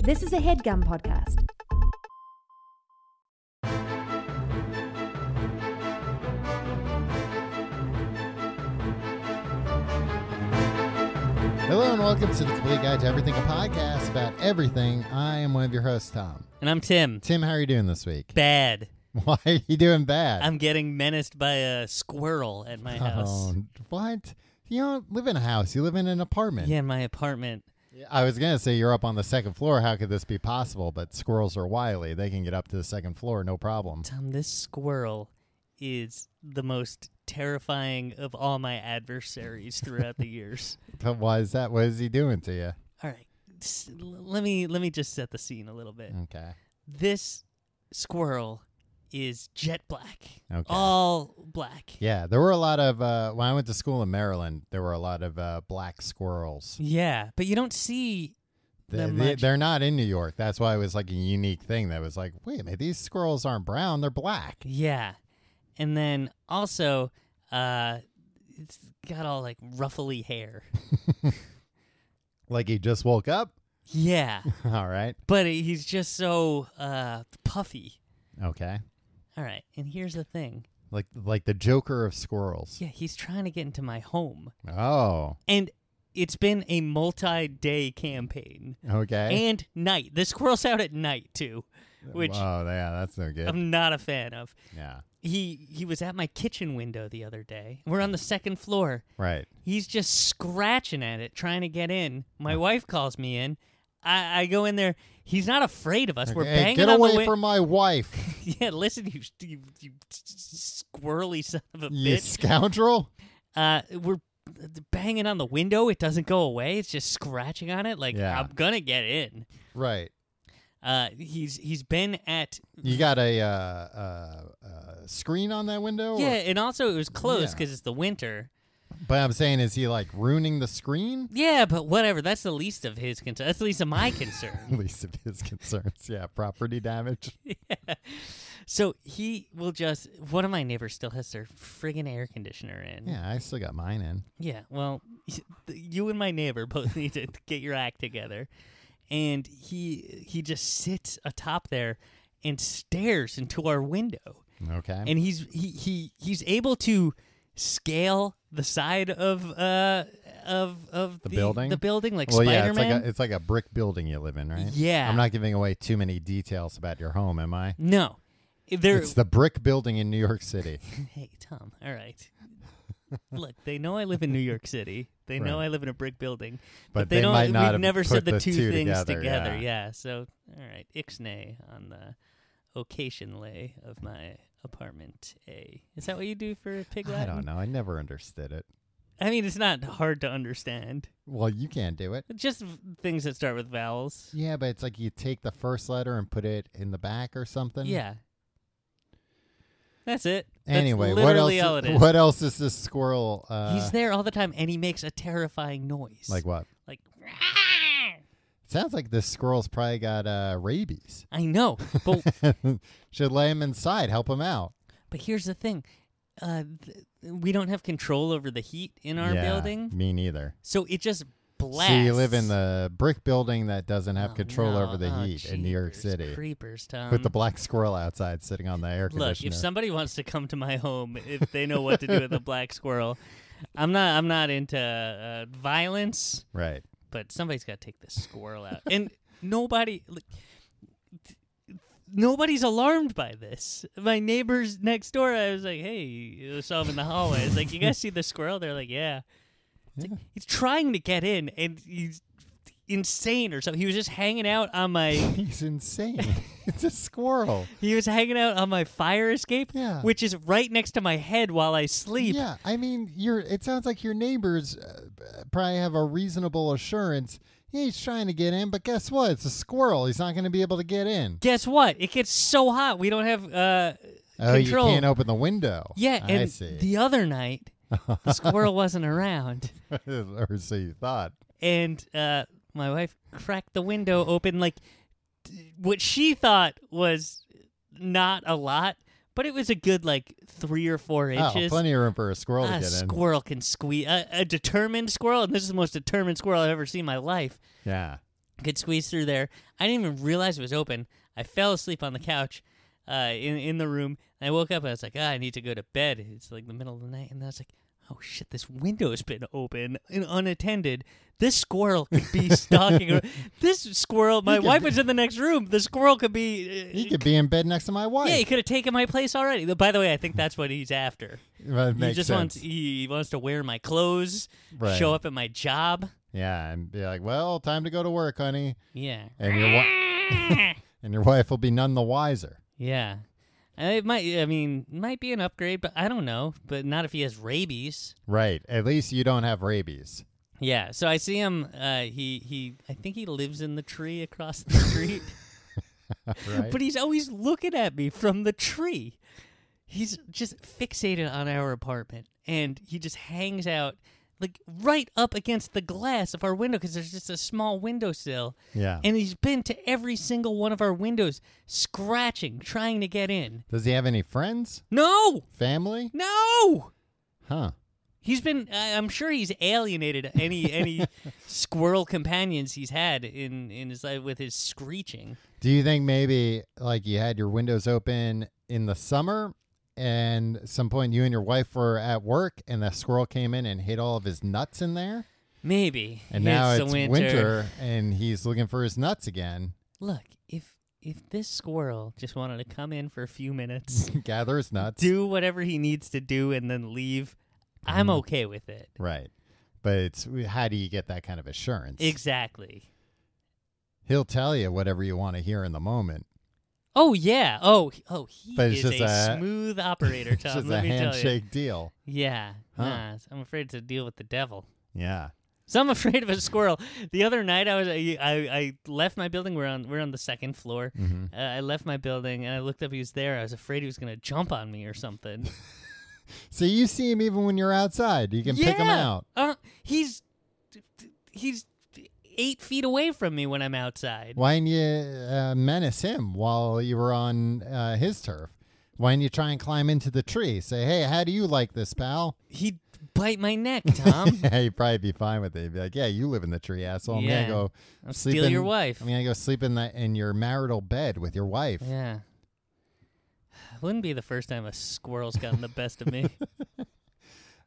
This is a headgum podcast. Hello and welcome to the Complete Guide to Everything, a podcast about everything. I am one of your hosts, Tom. And I'm Tim. Tim, how are you doing this week? Bad. Why are you doing bad? I'm getting menaced by a squirrel at my house. Oh, what? You don't live in a house. You live in an apartment. Yeah, in my apartment. I was gonna say you're up on the second floor. How could this be possible? But squirrels are wily. They can get up to the second floor, no problem. Tom, this squirrel is the most terrifying of all my adversaries throughout the years. But why is that? What is he doing to you? All right. s- l- Let me let me just set the scene a little bit. Okay. This squirrel is jet black. Okay. All black. Yeah, there were a lot of uh, when I went to school in Maryland. There were a lot of uh, black squirrels. Yeah, but you don't see They, Them they, much. they're not in New York. That's why it was like a unique thing. That was like, wait a minute, these squirrels aren't brown. They're black. Yeah. And then also, uh, it's got all like ruffly hair. Like he just woke up. Yeah. All right. but he's just so uh, puffy. Okay. All right. And here's the thing Like like the Joker of squirrels. yeah, he's trying to get into my home. Oh. And it's been a multi day campaign. Okay. And night. The squirrel's out at night, too, which oh Um, yeah, that's no good. I'm not a fan of. yeah. He he was at my kitchen window the other day. We're on the second floor. Right. He's just scratching at it, trying to get in. My wife calls me in. I, I go in there. He's not afraid of us. We're Hey, banging get on away the win- from my wife, yeah, listen, you, you, you squirrely son of a you bitch. scoundrel. Uh, we're banging on the window. It doesn't go away. It's just scratching on it. Like Yeah. I'm gonna get in. Right. Uh, he's he's been at You got a uh, uh, uh, screen on that window. or- yeah, and also it was closed Oh. Yeah. because it's the winter. But I'm saying, is he like ruining the screen? Yeah, but whatever. That's the least of his concern. That's the least of my concern. Least of his concerns. Yeah, property damage. So he will just. One of my neighbors still has their friggin' air conditioner in. Yeah, I still got mine in. Yeah, Well, you and my neighbor both need to get your act together. And he he just sits atop there and stares into our window. Okay. And he's he, he he's able to scale the side of uh of of the, building? the building like well, yeah, Spider it's like Man. a it's like a brick building you live in, right? Yeah. I'm not giving away too many details about your home, am I? no, there. It's the brick building in New York City. Hey, Tom. All right. Look, they know I live in New York City. They know Right. I live in a brick building. But But, they, they don't. might not we've have never put said the, the two, two things together, together. yeah. Yeah. So, all right, ixnay on the occasion lay of my apartment A. Is that what you do for Pig I Latin? don't know. I never understood it. I mean, it's not hard to understand. Well, you can't do it. Just v- things that start with vowels. Yeah, but it's like you take the first letter and put it in the back or something. Yeah. That's it. That's Anyway, what else? literally all it is. What else is this squirrel? Uh, He's there all the time, and he makes a terrifying noise. like what? like Sounds like this squirrel's probably got uh, rabies. I know, but Should lay him inside, help him out. but here's the thing, uh, th- we don't have control over the heat in our Yeah, building, Me neither. so it just So blasts. you live in the brick building that doesn't have Oh, control no. over the Oh, heat in New York jeepers City. Creepers, Tom. with the black squirrel outside sitting on the air Look, conditioner. if somebody wants to come to my home, if they know what to do with a black squirrel, I'm not. I'm not into uh, violence. right. but somebody's got to take this squirrel out. And nobody, like, th- nobody's alarmed by this. My neighbors next door, I was like, hey, you saw him in the hallway. It's like, you guys see the squirrel? They're like, yeah. It's like, he's trying to get in, and he's insane or something. He was just hanging out on my. He's insane. it's a squirrel. He was hanging out on my fire escape, Yeah. which is right next to my head while I sleep. Yeah, I mean, you're. It sounds like your neighbors uh, probably have a reasonable assurance. He's trying to get in, but guess what? It's a squirrel. He's not going to be able to get in. Guess what? It gets so hot. We don't have uh, Oh, control. you can't open the window. Yeah, I and see. the other night, the squirrel wasn't around, or so you thought. and uh, my wife cracked the window open like t- what she thought was not a lot, but it was a good like three or four Oh, inches. plenty of room for a squirrel a to get in. squirrel can squeeze a, a determined squirrel, and this is the most determined squirrel I've ever seen in my life. yeah. Could squeeze through there. I didn't even realize it was open. I fell asleep on the couch uh, in in the room. And I woke up and I was like, ah, I need to go to bed. It's like the middle of the night, and I was like, oh shit, this window's been open and unattended. This squirrel could be stalking. ar- This squirrel, my could wife be- was in the next room. The squirrel could be. uh, He could be in bed next to my wife. yeah, he could have taken my place already. Though, By the way, I think that's what he's after. That He makes just sense. wants he wants to wear my clothes, Right. show up at my job. Yeah, and be like, "Well, time to go to work, honey," Yeah. and your wi- and your wife will be none the wiser. Yeah. And It might. I mean, might be an upgrade, but I don't know. But not if he has rabies. Right. At least you don't have rabies. Yeah. So I see him. Uh, he he. I think he lives in the tree across the street, Right. but he's always looking at me from the tree. He's just fixated on our apartment, and he just hangs out like right up against the glass of our window because there's just a small windowsill. yeah. And he's been to every single one of our windows, scratching, trying to get in. Does he have any friends? No, Family? no. Huh. He's been. I I'm sure he's alienated any any squirrel companions he's had in in his life with his screeching. Do you think maybe like you had your windows open in the summer and some point you and your wife were at work and the squirrel came in and hid all of his nuts in there? Maybe. And now it's the winter. and he's looking for his nuts again. Look, if if this squirrel just wanted to come in for a few minutes, Gather his nuts. do whatever he needs to do, and then leave, I'm Mm. okay with it. Right. But it's how do you get that kind of assurance? Exactly. He'll tell you whatever you want to hear in the moment. Oh yeah. Oh he- oh he But it's is just a, a- smooth operator, It's Tom. just let a me tell you. handshake deal. Yeah. Huh. Nah, I'm afraid to deal with the devil. Yeah. So I'm afraid of a squirrel. The other night I was I I, I left my building. We're on we're on the second floor. Mhm. Uh, I left my building and I looked up. He was there. I was afraid he was gonna jump on me or something. So you see him even when you're outside. You can pick him Yeah. out. Uh, he's he's eight feet away from me when I'm outside. Why didn't you uh, menace him while you were on uh, his turf? Why didn't you try and climb into the tree? Say, hey, how do you like this, pal? He'd bite my neck, Tom. He'd probably be fine with it. He'd be like, yeah, you live in the tree, asshole. I'm Yeah. gonna go I'll sleep steal in- your wife. I'm gonna go sleep in that in your marital bed with your wife. Yeah. Wouldn't be the first time a squirrel's gotten the best of me.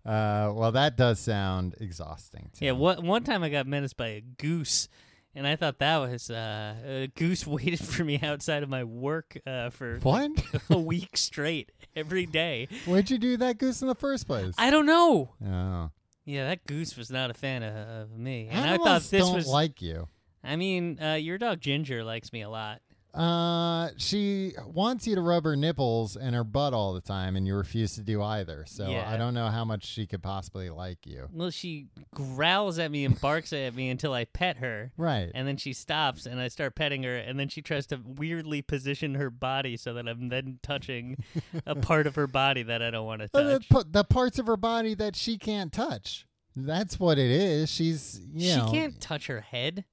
Uh, well, that does sound exhausting. Tim. yeah, one, one time I got menaced by a goose, and I thought that was uh, a goose waited for me outside of my work uh, for What? a week straight every day. Why'd you do that goose in the first place? I don't know. oh. Yeah, that goose was not a fan of, of me, and Animals I thought this don't was. like you. I mean, uh, your dog Ginger likes me a lot. Uh, she wants you to rub her nipples and her butt all the time, and you refuse to do either. So Yeah. I don't know how much she could possibly like you. Well, she growls at me and barks at me until I pet her. Right. And then she stops, and I start petting her, and then she tries to weirdly position her body so that I'm then touching a part of her body that I don't want to But the, touch. pa- the parts of her body that she can't touch. That's what it is. She's you she know, can't touch her head.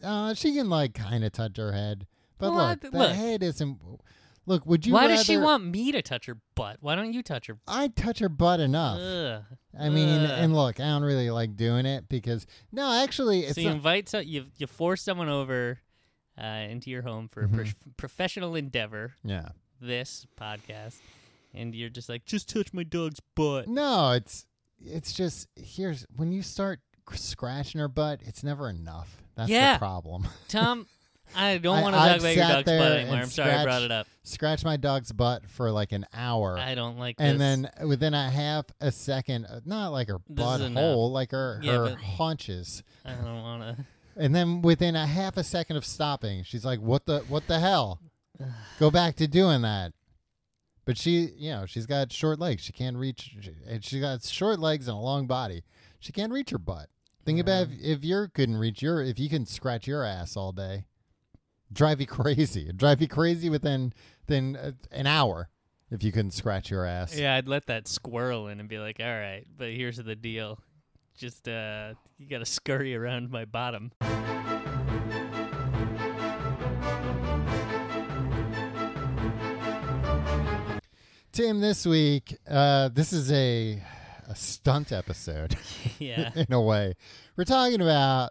Uh, she can like kind of touch her head, but Well, I- look, the look. head isn't. Look, would you? Why does she rather- want me to touch her butt? Why don't you touch her? I touch her butt enough. Ugh. I mean, Ugh. and look, I don't really like doing it because no, actually, it's so you not- invite so you you force someone over uh, into your home Mm-hmm. for a pro- professional endeavor. yeah. This podcast, and you're just like, just touch my dog's butt. No, it's it's just here's when you start cr- scratching her butt, it's never enough. That's Yeah. the problem. Tom, I don't I- want to I've talk about your sat dog's there butt anymore. and I'm sorry I brought scratched- it up. Scratch my dog's butt for like an hour. I don't like and this. then within a half a second, uh, not like her This is enough. butthole, like her, Yeah, her but- haunches. I don't want to. And then within a half a second of stopping, she's like, "What the what the hell? Go back to doing that." But she, you know, she's got short legs. She can't reach, and she got short legs and a long body. She can't reach her butt. Think about if, if you couldn't reach your, if you can scratch your ass all day, drive you crazy. It'd drive you crazy within then uh, an hour if you couldn't scratch your ass. Yeah, I'd let that squirrel in and be like, "All right, but here's the deal. Just uh, you got to scurry around my bottom." Tim, this week, uh, this is a a stunt episode. yeah. in a way. We're talking about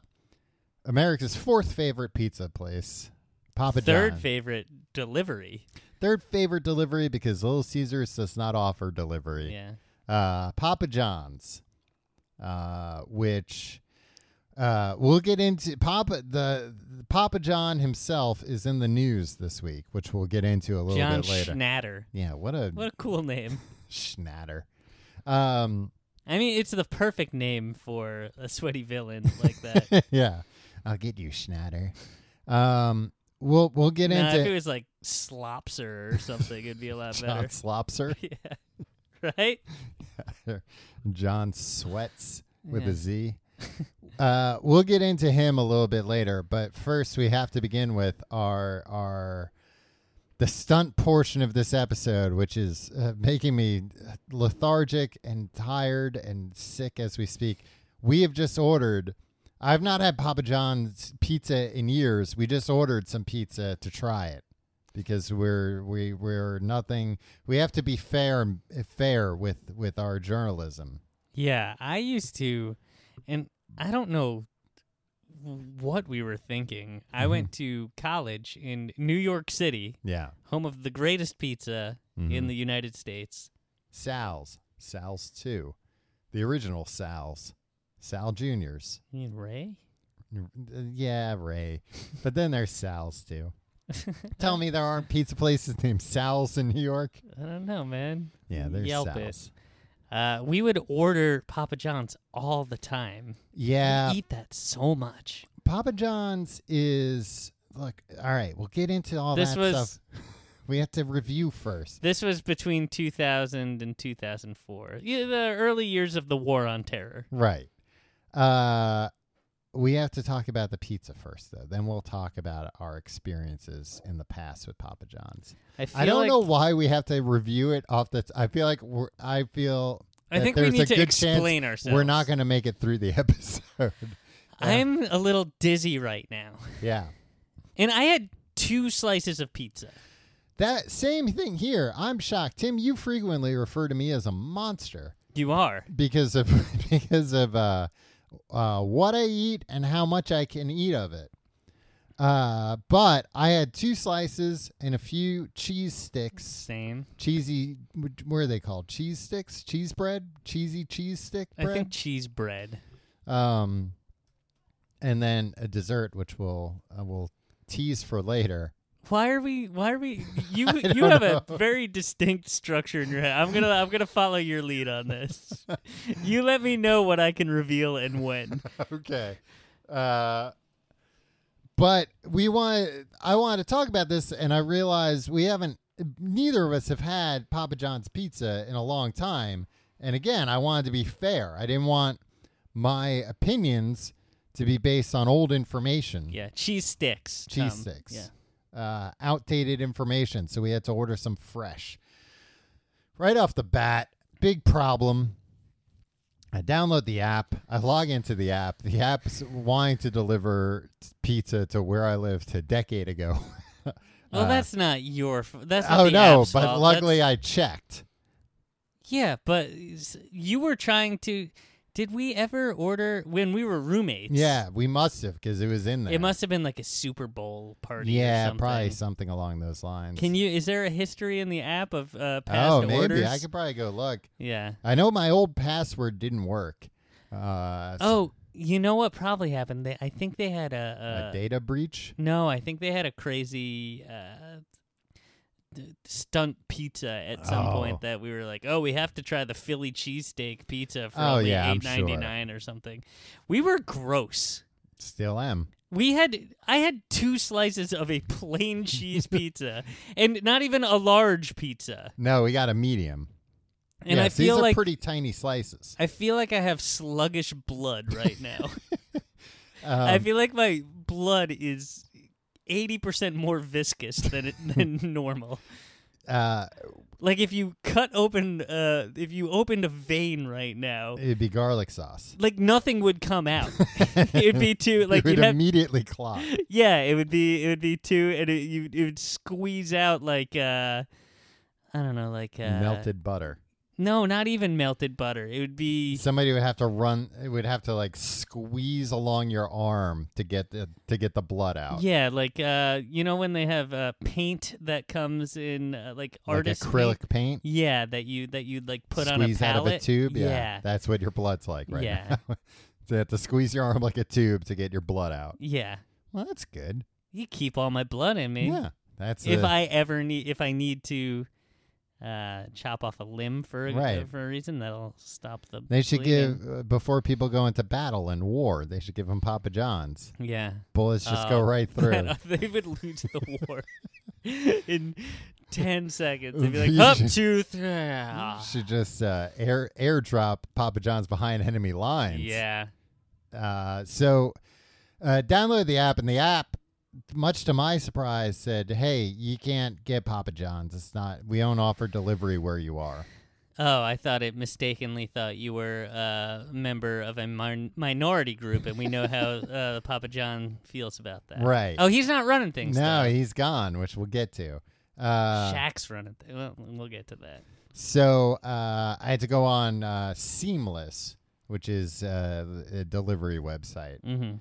America's fourth favorite pizza place, Papa Third John. favorite delivery. Third favorite delivery because Little Caesars does not offer delivery. Yeah. uh, Papa John's, uh, which uh, we'll get into. Papa the, the Papa John himself is in the news this week, which we'll get into a little John bit later. Hmm. Schnatter. yeah, what a What a cool name. schnatter. Um, I mean, it's the perfect name for a sweaty villain like that. yeah, I'll get you schnatter. Um, we'll we'll get Nah, if it into was like Slopser or something, it'd be a lot John better. Slopser, yeah. Right? John Sweats with Yeah. a Z. uh, we'll get into him a little bit later, but first we have to begin with our our the stunt portion of this episode, which is uh, making me lethargic and tired and sick as we speak. We have just ordered. I've not had Papa John's pizza in years. We just ordered some pizza to try it because we're we we're nothing. We have to be fair fair with with our journalism. Yeah, I used to, and I don't know what we were thinking. I Mm-hmm. went to college in New York City, Yeah. home of the greatest pizza Mm-hmm. in the United States. Sal's, Sal's two, the original Sal's, Sal Juniors. Uh, You mean Ray? Yeah, Ray. But then there's Sal's too. Tell me there aren't pizza places named Sal's in New York. I don't know, man. Yeah, there's Yelp it. Sal's. Uh, we would order Papa John's all the time. We Yeah, eat that so much. Papa John's is look. All right, we'll get into all This that was- stuff. We have to review first. This was between 2000 and 2004, yeah, the early years of the War on Terror. Right. Uh we have to talk about the pizza first though. Then we'll talk about our experiences in the past with Papa John's. I, feel I don't like, know why we have to review it off the t- I feel like we're, I feel I that think we there's need a to good explain ourselves. we're not going to make it through the episode. I'm a little dizzy right now. yeah. And I had two slices of pizza. That same thing here. I'm shocked. Tim, you frequently refer to me as a monster You are. because of because of uh, uh, what I eat and how much I can eat of it. Uh, but I had two slices and a few cheese sticks, Same. cheesy. wh- What are they called? Cheese sticks, cheese bread, cheesy cheese stick bread. I think cheese bread. Um, and then a dessert, which we'll uh, we'll tease for later. Why are we? Why are we? You don't you have know. a very distinct structure in your head. I'm gonna I'm gonna follow your lead on this. you let me know what I can reveal and when. okay. Uh, but we want I wanted to talk about this, and I realized we haven't. Neither of us have had Papa John's pizza in a long time. And again, I wanted to be fair. I didn't want my opinions to be based on old information. Yeah, cheese sticks. cheese Tom. sticks. Yeah. Uh, outdated information, so we had to order some fresh. Right off the bat, big problem. I download the app. I log into the app. The app's wanting to deliver t- pizza to where I lived a decade ago. Well, Uh, that's not your. f- That's not oh the no! app's But fault. luckily, That's- I checked. yeah, but s- you were trying to. Did we ever order when we were roommates? Yeah, we must have because it was in there. It must have been like a Super Bowl party. or Yeah, something. probably something along those lines. Can you? Is there a history in the app of uh, past Oh, maybe orders? I could probably go look. Yeah. I know my old password didn't work. Uh, so- Oh, you know what probably happened? They, I think they had a a, a, data breach. no. I think they had a crazy uh, d- stunt pizza at some Oh. point that we were like, oh, we have to try the Philly cheesesteak pizza for Oh, only yeah, I'm eight sure. ninety nine or something. We were gross. Still am. We had I had two slices of a plain cheese pizza and not even a large pizza. No, we got a medium. And I Yes, feel these are like pretty tiny slices. I feel like I have sluggish blood right now. Um, I feel like my blood is eighty percent more viscous than it, than normal. uh, Like if you cut open, uh, if you opened a vein right now, it'd be garlic sauce. like nothing would come out. It'd be too like it would you'd have, immediately clot. yeah. It would be it would be too, and it you it would squeeze out like uh, I don't know, like uh, melted butter. No, not even melted butter. It would be Somebody would have to run. It would have to like squeeze along your arm to get the to get the blood out. yeah, like uh, you know when they have uh, paint that comes in uh, like like artist paint? acrylic paint. Yeah, that you that you'd like put on a squeeze palette. out of a tube. Yeah, yeah, that's what your blood's like right Yeah. now. so you have to squeeze your arm like a tube to get your blood out. yeah. Well, that's good. You keep all my blood in me. Yeah, that's if a- I ever need, if I need to uh, chop off a limb for a, Right. for a reason, that'll stop the. They should bleeding. give uh, before people go into battle and war. They should give them Papa John's. Yeah. Bullets just go Oh. right through. they would lose the war in ten seconds. They'd be like, up two, three. ah." should just uh, air airdrop Papa John's behind enemy lines. Yeah. Uh, so uh, download the app, and the app, much to my surprise, said, "Hey, you can't get Papa John's. It's not. We don't offer delivery where you are." Oh, I thought it mistakenly thought you were uh, a member of a min- minority group, and we know how uh, Papa John feels about that. Right. Oh, he's not running things. No, though. he's gone, which we'll get to. Uh, Shaq's running. Th- well, we'll get to that. So uh, I had to go on uh, Seamless, which is uh, a delivery website, Mm-hmm.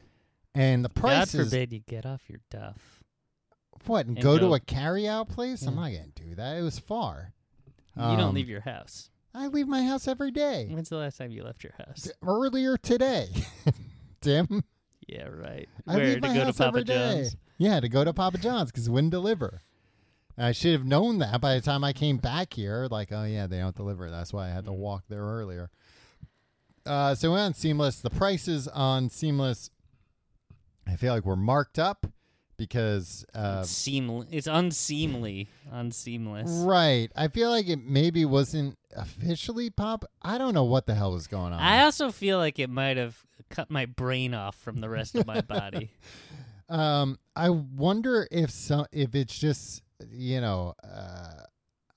and the God price is forbid you get off your duff. what? And and go, go- to a carryout place? I'm Yeah. not gonna do that. It was far. you don't Um, leave your house. I leave my house every day. When's the last time you left your house? T- Earlier today, Tim. Yeah, right. I Where leave my to go to house Papa every day. John's? Yeah, to go to Papa John's because wouldn't deliver. And I should have known that by the time I came back here. Like, oh yeah, they don't deliver. That's why I had to walk there earlier. Uh, so we're on Seamless. The prices on Seamless, I feel like we're marked up because uh, it's, seaml- it's unseemly, unseamless. right. I feel like it maybe wasn't officially pop. I don't know what the hell was going on. I also feel like it might have cut my brain off from the rest of my body. Um, I wonder if some if it's just you know, uh,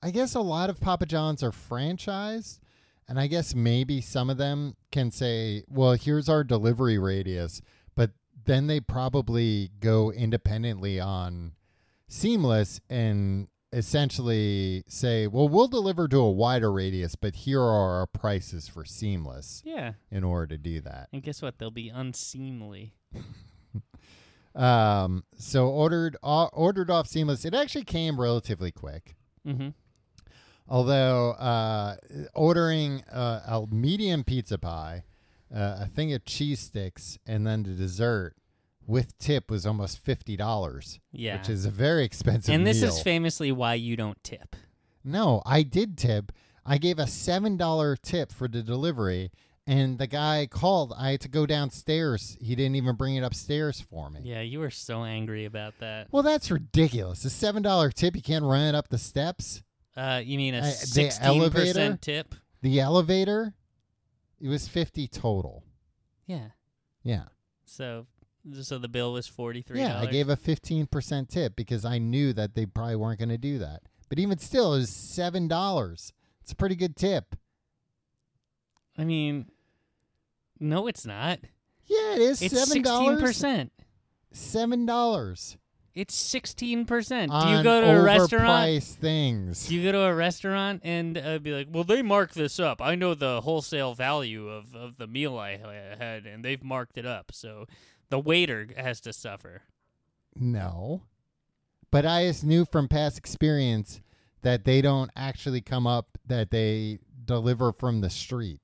I guess a lot of Papa John's are franchised, and I guess maybe some of them can say, "Well, here's our delivery radius," but then they probably go independently on Seamless and essentially say, "Well, we'll deliver to a wider radius, but here are our prices for Seamless." Yeah, In order to do that. and guess what? They'll be unseemly. Um, so ordered uh, ordered off seamless. It actually came relatively quick. Mm-hmm. Although uh, ordering uh, a medium pizza pie, uh, a thing of cheese sticks, and then the dessert with tip was almost fifty dollars, Yeah, which is a very expensive. and this is meal. famously why you don't tip. No, I did tip. I gave a seven dollar tip for the delivery, and the guy called. I had to go downstairs. He didn't even bring it upstairs for me. Yeah, you were so angry about that. Well, that's ridiculous. A seven dollar tip, you can't run it up the steps. Uh, you mean Uh, a the sixteen elevator? percent tip? The elevator, it was fifty total. Yeah. Yeah, So, so the bill was forty three. yeah. I gave a fifteen percent tip because I knew that they probably weren't going to do that. But even still, it was seven dollars. It's a pretty good tip. I mean, no, it's not. Yeah, it is It's seven sixteen dollars. percent. Seven dollars It's sixteen percent. Do you on go to a restaurant? overpriced things. Do you go to a restaurant and uh, be like, "Well, they mark this up. I know the wholesale value of, of the meal I ha- had, and they've marked it up, so the waiter has to suffer." No. But I just knew from past experience that they don't actually come up that they deliver from the street.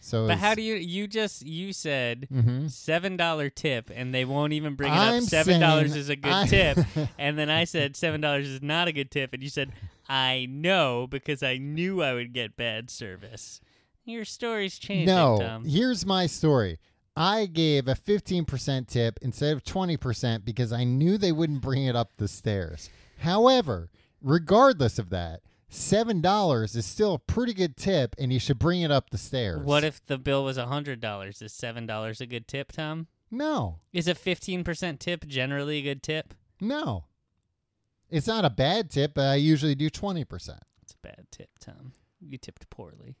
So But how do you? You just you said hmm seven dollar tip, and they won't even bring it I'm up. Seven dollars saying is a good I- tip, and then I said seven dollars is not a good tip, and you said I know because I knew I would get bad service. Your story's changing, No. Tom. Here's my story. I gave a 15% tip instead of 20% because I knew they wouldn't bring it up the stairs. However, regardless of that, $7 is still a pretty good tip and you should bring it up the stairs. What if the bill was hundred dollars? Is seven dollars a good tip, Tom? No. Is a fifteen percent tip generally a good tip? No. It's not a bad tip, but I usually do 20%. It's a bad tip, Tom. You tipped poorly.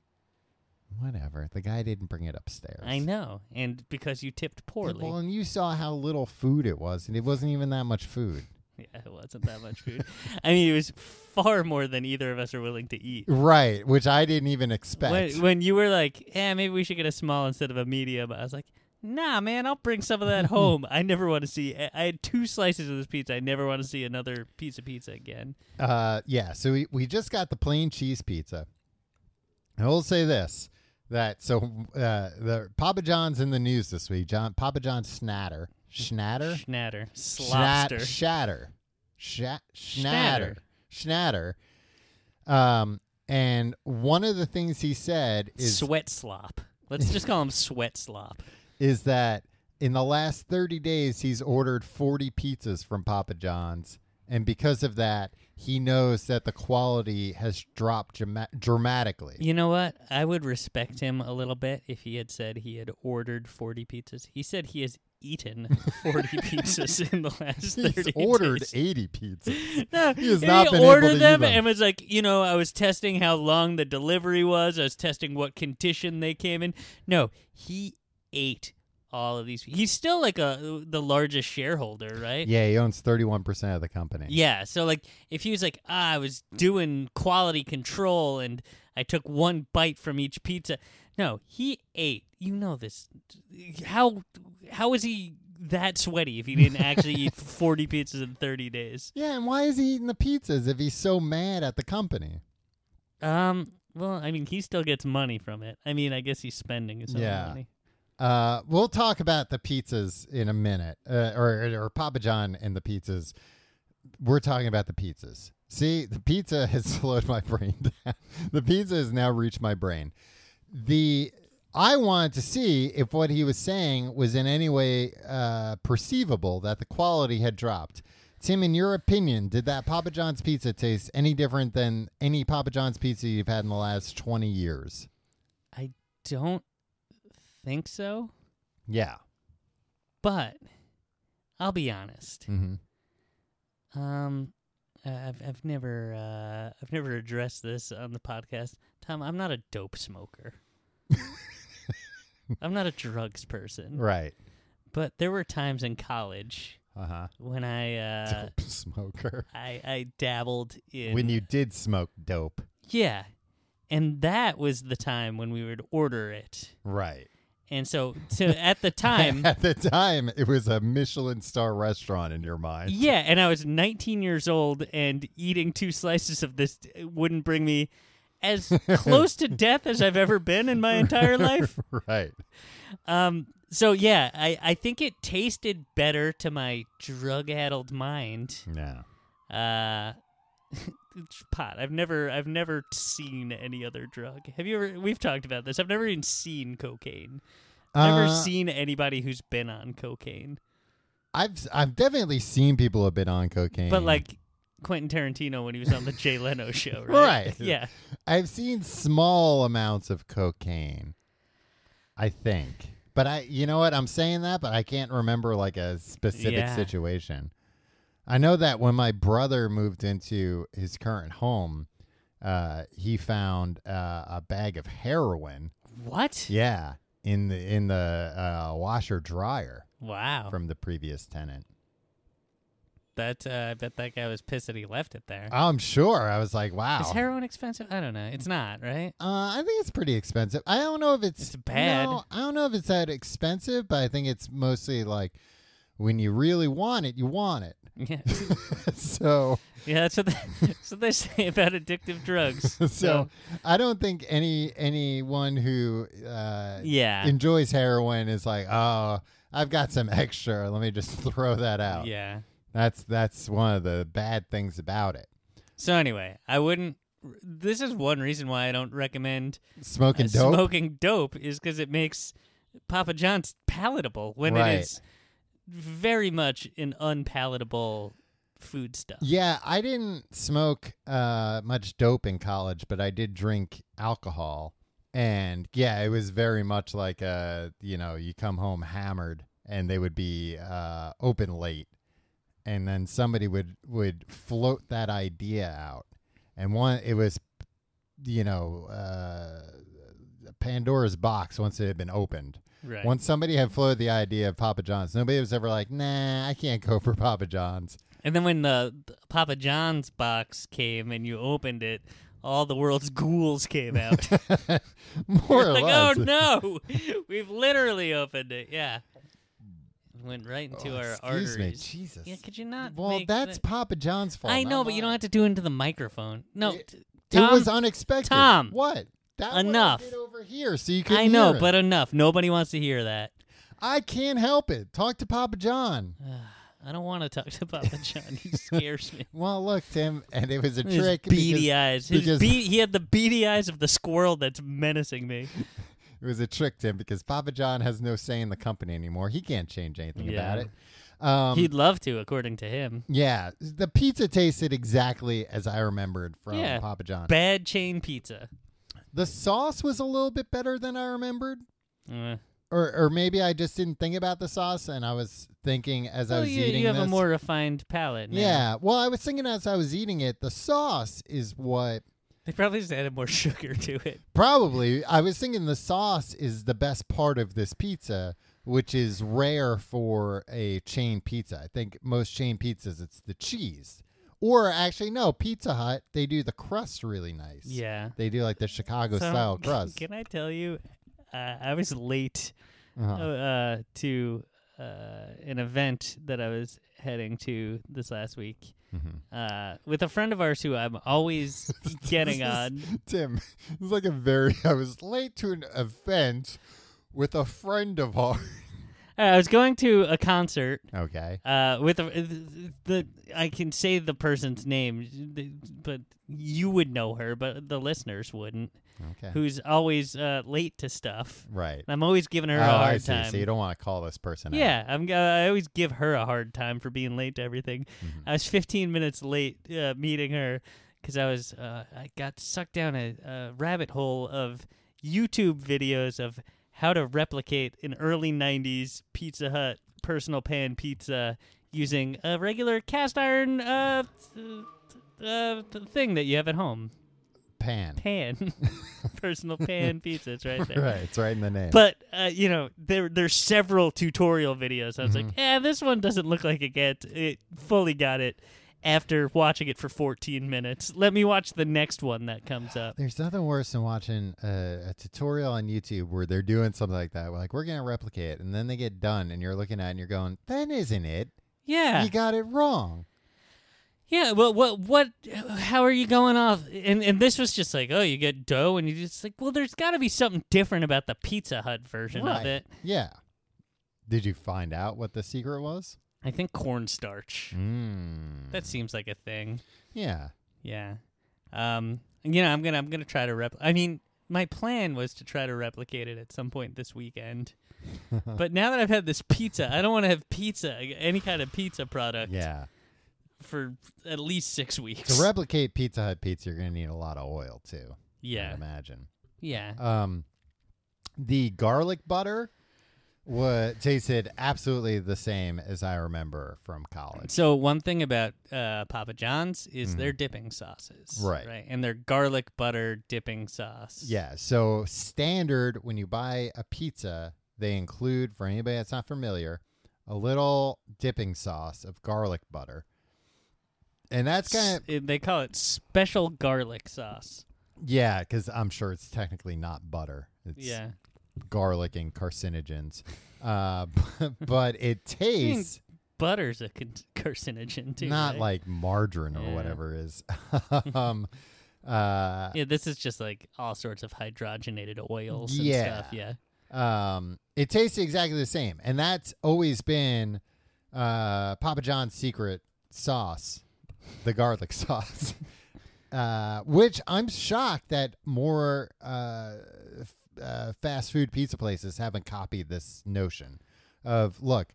Whatever. The guy didn't bring it upstairs. I know, and because you tipped Yeah, poorly. Well, and you saw how little food it was, and it wasn't even that much food. Yeah, it wasn't that much food. I mean, it was far more than either of us are willing to eat. Right, which I didn't even expect. When, when you were like, "Yeah, maybe we should get a small instead of a medium," I was like, "Nah, man, I'll bring some of that home. I never want to see. I, I had two slices of this pizza. I never want to see another piece of pizza again." Uh, yeah. So we, we just got the plain cheese pizza. I will say this: that so uh, the Papa John's in the news this week. John Papa John Snatter, Schnatter, Schnatter, Schnat- slobster, Shatter, Sha- Schnatter. Schnatter, Schnatter. Um, and one of the things he said is sweat slop. Let's just call him sweat slop. is that in the last 30 days he's ordered 40 pizzas from Papa John's and because of that he knows that the quality has dropped drama- dramatically. You know what? I would respect him a little bit if he had said he had ordered 40 pizzas. He said he has eaten 40 pizzas in the last 30 He's ordered days. 80 pizzas. No, He has not been able ordered to eat them them. and was like, you know, I was testing how long the delivery was. I was testing what condition they came in. No, he ate all of these. He's still like a the largest shareholder, right? Yeah, he owns 31% of the company. Yeah. So like, if he was like, ah, I was doing quality control and I took one bite from each pizza. No, he ate. You know this. How how is he that sweaty if he didn't actually eat forty pizzas in thirty days? Yeah, and why is he eating the pizzas if he's so mad at the company? Um. Well, I mean, he still gets money from it. I mean, I guess he's spending his own Yeah. money. Uh, we'll talk about the pizzas in a minute, uh, or or Papa John and the pizzas. We're talking about the pizzas. See, the pizza has slowed my brain down. The pizza has now reached my brain. The I wanted to see if what he was saying was in any way uh, perceivable that the quality had dropped. Tim, in your opinion, did that Papa John's pizza taste any different than any Papa John's pizza you've had in the last twenty years? I don't think so, Yeah. but I'll be honest. hmm Um, uh, I've I've never uh, I've never addressed this on the podcast, Tom. I'm not a dope smoker. I'm not a drugs person, Right. but there were times in college Uh huh. when I uh, dope smoker. I I dabbled in When you did smoke dope. yeah, and that was the time when we would order it. Right. And so, so at the time, At the time, it was a Michelin star restaurant in your mind. Yeah, and I was 19 years old, and eating two slices of this uh, wouldn't bring me as close to death as I've ever been in my entire life. right. Um, so yeah, I, I think it tasted better to my drug-addled mind. Yeah. Uh, it's pot. I've never I've never seen any other drug. Have you ever? We've talked about this. I've never even seen cocaine. Never Uh, seen anybody who's been on cocaine. I've I've definitely seen people have been on cocaine, But like Quentin Tarantino when he was on the Jay Leno show, right? Right. Yeah. I've seen small amounts of cocaine. I think, but I you know what I'm saying that, but I can't remember like a specific Yeah. situation. I know that when my brother moved into his current home, uh, he found uh, a bag of heroin What? Yeah, in the in the uh, washer dryer Wow. from the previous tenant. that uh, I bet that guy was pissed that he left it there. Is I'm sure. I was like, wow. heroin expensive? I don't know. It's not, right? uh, I think it's pretty expensive. I don't know if it's It's bad. no, I don't know if it's that expensive, but I think it's mostly like when you really want it, you want it. Yeah. so yeah, that's what they, that's what they say about addictive drugs. so I don't think any anyone who uh, yeah. enjoys heroin is like, oh, I've got some extra. Let me just throw that out. yeah. That's that's one of the bad things about it. So anyway, I wouldn't this is one reason why I don't recommend Smoking uh, dope. smoking dope is because it makes Papa John's palatable when Right. it is very much an unpalatable food stuff. Yeah, I didn't smoke uh, much dope in college, but I did drink alcohol, and yeah, it was very much like uh, you know, you come home hammered, and they would be uh, open late, and then somebody would would float that idea out, and one it was, you know, uh, Pandora's box once it had been opened. Right. Once somebody had floated the idea of Papa John's, nobody was ever like, "Nah, I can't go for Papa John's." And then when the, the Papa John's box came and you opened it, all the world's ghouls came out. More or like, less. oh no, we've literally opened it. Yeah, went right into Oh, our excuse arteries. me, Jesus. Yeah, could you not? well, make that's that- Papa John's fault. I know, not but you don't mine. have to do it into the microphone. No, It- t- It was Tom, unexpected. Tom, what? That one I enough. did over here, so you can. I know, but enough. Nobody wants to hear that. I can't help it. Talk to Papa John. Uh, I don't want to talk to Papa John. He scares me. Well, look, Tim, and it was a His trick. beady because- eyes. His because- be- he had the beady eyes of the squirrel that's menacing me. It was a trick, Tim, because Papa John has no say in the company anymore. He can't change anything about Yeah. it. Um, He'd love to, according to him. yeah, the pizza tasted exactly as I remembered from Yeah. Papa John. Bad chain pizza. the sauce was a little bit better than I remembered. Uh, Or, or maybe I just didn't think about the sauce, and I was thinking as I well, was Oh, you, eating you have a this- more refined palate. now. Yeah. Well, I was thinking as I was eating it, the sauce is what They probably just added more sugar to it. probably I was thinking the sauce is the best part of this pizza, which is rare for a chain pizza. I think most chain pizzas it's the cheese. Or actually no, Pizza Hut, they do the crust really nice. Yeah. They do like the Chicago So, style crust. Can I tell you, uh, I was late uh, Uh-huh. to uh, an event that I was heading to this last week Mhm. uh, with a friend of ours who I'm always getting on. Tim, it's like a very I was late to an event with a friend of ours. Uh, I was going to a concert Okay. uh, with a, the, I can say the person's name, but you would know her, but the listeners wouldn't. Okay. Who's always uh, late to stuff. right. And I'm always giving her Oh, a hard I see. time. So you don't want to call this person out. Yeah, I'm. g- I always give her a hard time for being late to everything. Mm-hmm. I was 15 minutes late uh, meeting her because I was. Uh, I got sucked down a, a rabbit hole of YouTube videos of how to replicate an early 90s Pizza Hut personal pan pizza using a regular cast iron uh, th- uh, th- thing that you have at home Pan. pan personal pan pizza. It's right there. Right. It's right in the name. But uh, you know, there there's several tutorial videos. I was Mm-hmm. like, yeah, this one doesn't look like it gets it fully got it after watching it for 14 minutes. Let me watch the next one that comes up. There's nothing worse than watching a, a tutorial on YouTube where they're doing something like that. We're like, we're going to replicate it. And then they get done and you're looking at it and you're going, that isn't it. Yeah, You got it wrong. yeah. Well, what what? How are you going off? And and this was just like, oh, you get dough, and you just like, well, there's got to be something different about the Pizza Hut version right. of it. Yeah. Did you find out what the secret was? I think cornstarch. Mm. That seems like a thing. yeah. Yeah. Um you know, I'm going to I'm going to try to rep I mean, my plan was to try to replicate it at some point this weekend. but now that I've had this pizza, I don't want to have pizza any kind of pizza product Yeah. for at least 6 weeks. To replicate Pizza Hut pizza, you're going to need a lot of oil too. I yeah. imagine. Yeah. Um, the garlic butter wa tasted absolutely the same as I remember from college. So one thing about uh, Papa John's is their dipping sauces, Mm-hmm. Right. Right, and their garlic butter dipping sauce. Yeah. So standard when you buy a pizza, they include for anybody that's not familiar a little dipping sauce of garlic butter, and that's kind S- of it- they call it special garlic sauce. yeah, because I'm sure it's technically not butter. It's yeah, garlic and carcinogens, uh, but it tastes butter's a con- carcinogen too. not right? like margarine or Yeah. whatever is. um, uh, Yeah, this is just like all sorts of hydrogenated oils and Yeah. stuff. Yeah. um, it tastes exactly the same, and that's always been uh, Papa John's secret sauce, the garlic sauce. Uh, which I'm shocked that more uh, f- uh, fast food pizza places haven't copied this notion of look,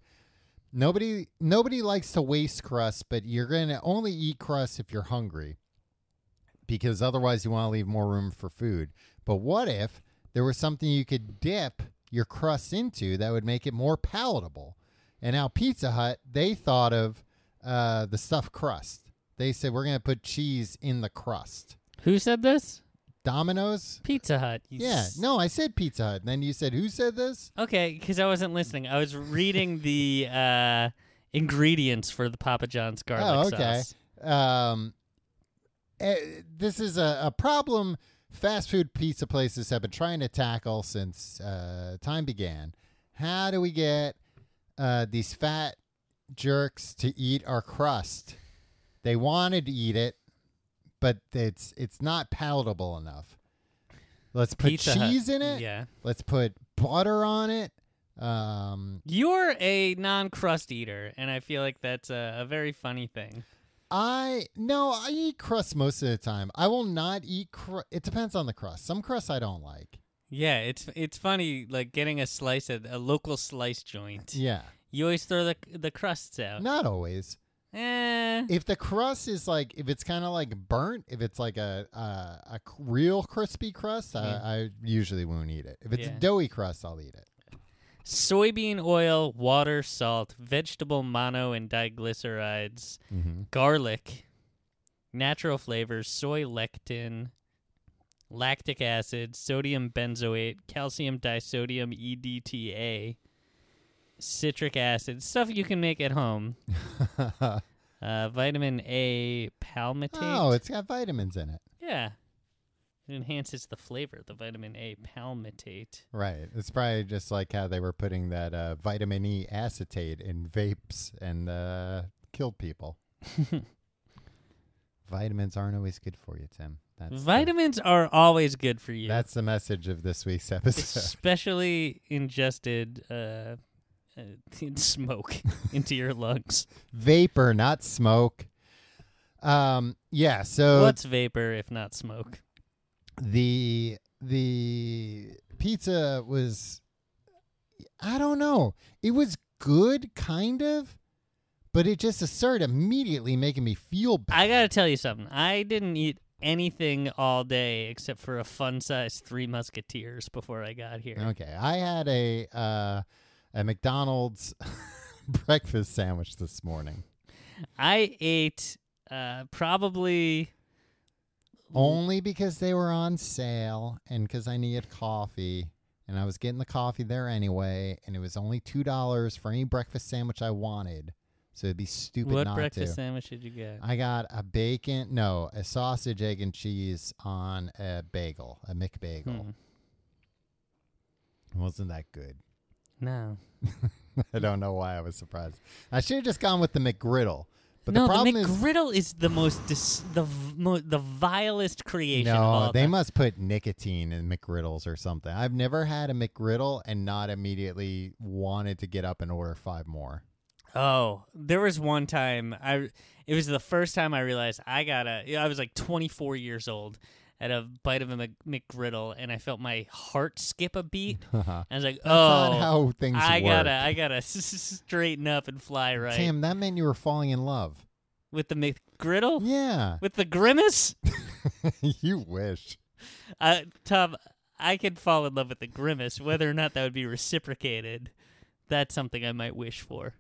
nobody nobody likes to waste crust, but you're gonna only eat crust if you're hungry, because otherwise you want to leave more room for food. But what if there was something you could dip your crust into that would make it more palatable? And now Pizza Hut, they thought of uh, the stuffed crust. They said we're gonna put cheese in the crust. Who said this? Domino's. Pizza Hut. you Yeah, s- no, I said Pizza Hut. And then you said, "Who said this?" Okay, because I wasn't listening. I was reading the uh, ingredients for the Papa John's garlic Oh, okay. sauce. Um, eh, this is a, a problem fast food pizza places have been trying to tackle since uh, time began. How do we get uh, these fat jerks to eat our crust? They wanted to eat it, but it's it's not palatable enough. Let's put Pizza Hut- cheese in it. Yeah. Let's put butter on it. Um, You're a non crust eater, and I feel like that's a, a very funny thing. I no, I eat crust most of the time. I will not eat crust. It depends on the crust. Some crust I don't like. Yeah, it's it's funny like getting a slice at a local slice joint. Yeah, You always throw the the crusts out. not always. Eh, If the crust is like, if it's kind of like burnt, if it's like a a, a c- real crispy crust, Mm. I, I usually won't eat it. If it's Yeah. a doughy crust, I'll eat it. soybean oil, water, salt, vegetable mono and diglycerides, Mm-hmm. garlic, natural flavors, soy lectin, lactic acid, sodium benzoate, calcium disodium E EDTA, citric acid, stuff you can make at home. Uh, vitamin A palmitate. oh, it's got vitamins in it. yeah. It enhances the flavor, the vitamin A palmitate. Right. It's probably just like how they were putting that uh, vitamin E acetate in vapes and uh, killed people. Vitamins aren't always good for you, Tim. That's the- Vitamins are always good for you. That's the message of this week's episode. especially ingested uh, uh, in smoke into your lungs. Vapor, not smoke. Um. Yeah. So What's vapor if not smoke? the the pizza was I don't know. It was good kind of, but it just started immediately making me feel bad. I gotta tell you something. I didn't eat anything all day except for a fun size Three Musketeers before I got here. Okay, I had a uh, a McDonald's breakfast sandwich this morning. I ate uh, probably Only because they were on sale and because I needed coffee. And I was getting the coffee there anyway. And it was only $2 for any breakfast sandwich I wanted. So it'd be stupid what not breakfast to. sandwich did you get? I got a bacon, no, a sausage, egg, and cheese on a bagel, a McBagel. Hmm. It wasn't that good. No, I don't know why I was surprised. I should have just gone with the McGriddle. But no. the problem is, McGriddle is, the most dis- the v- mo- the vilest creation. of No, all they time. must put nicotine in McGriddles or something. I've never had a McGriddle and not immediately wanted to get up and order five more. Oh, there was one time I it was the first time I realized I got a I was like 24 years old at a bite of a Mc- McGriddle and I felt my heart skip a beat. That's I was like, not "Oh, how things I work. got to I got to straighten up and fly right Tim, that meant you were falling in love. with the McGriddle Yeah, with the grimace." you wish. Uh, Tom, I could fall in love with the grimace whether or not that would be reciprocated. That's something I might wish for.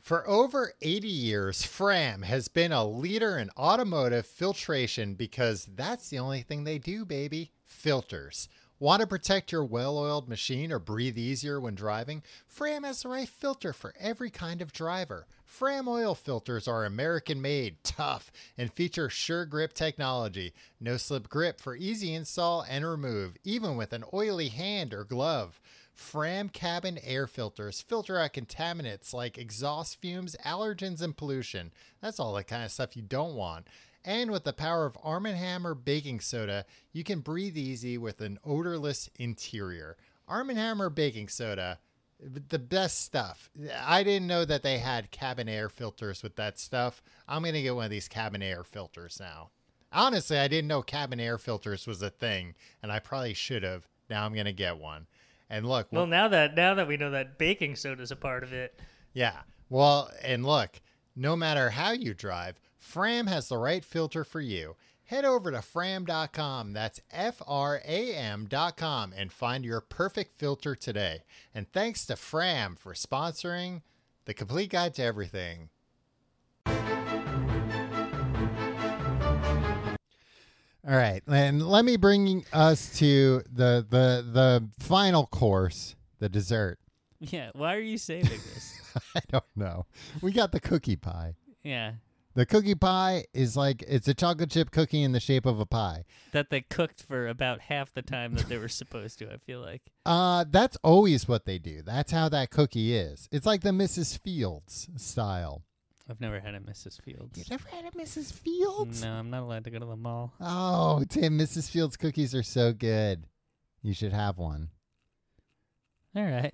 For over 80 years, Fram has been a leader in automotive filtration because that's the only thing they do, baby. Filters. Want to protect your well oiled machine or breathe easier when driving? Fram has the right filter for every kind of driver. Fram oil filters are American made, tough, and feature sure grip technology. No slip grip for easy install and remove, even with an oily hand or glove. Fram cabin air filters filter out contaminants like exhaust fumes, allergens, and pollution. That's all the kind of stuff you don't want. And with the power of Arm & Hammer baking soda, you can breathe easy with an odorless interior. Arm & Hammer baking soda, the best stuff. I didn't know that they had cabin air filters with that stuff. I'm going to get one of these cabin air filters now. Honestly, I didn't know cabin air filters was a thing, and I probably should have. Now I'm going to get one. And look, Well, now that now that we know that baking soda's a part of it, Yeah. Well, and look, no matter how you drive, Fram has the right filter for you. Head over to fram.com, that's F R A M.com, and find your perfect filter today. And thanks to Fram for sponsoring the complete guide to everything. All right, and let me bring us to the the the final course, the dessert. Yeah. Why are you saving this? I don't know. We got the cookie pie. yeah. The cookie pie is like it's a chocolate chip cookie in the shape of a pie. That they cooked for about half the time that they were supposed to, I feel like. Uh, that's always what they do. That's how that cookie is. It's like the Mrs. Fields style. I've never had a Mrs. Fields. never had a Mrs. Fields? No, I'm not allowed to go to the mall. Oh, Tim, Mrs. Fields cookies are so good. You should have one. All right.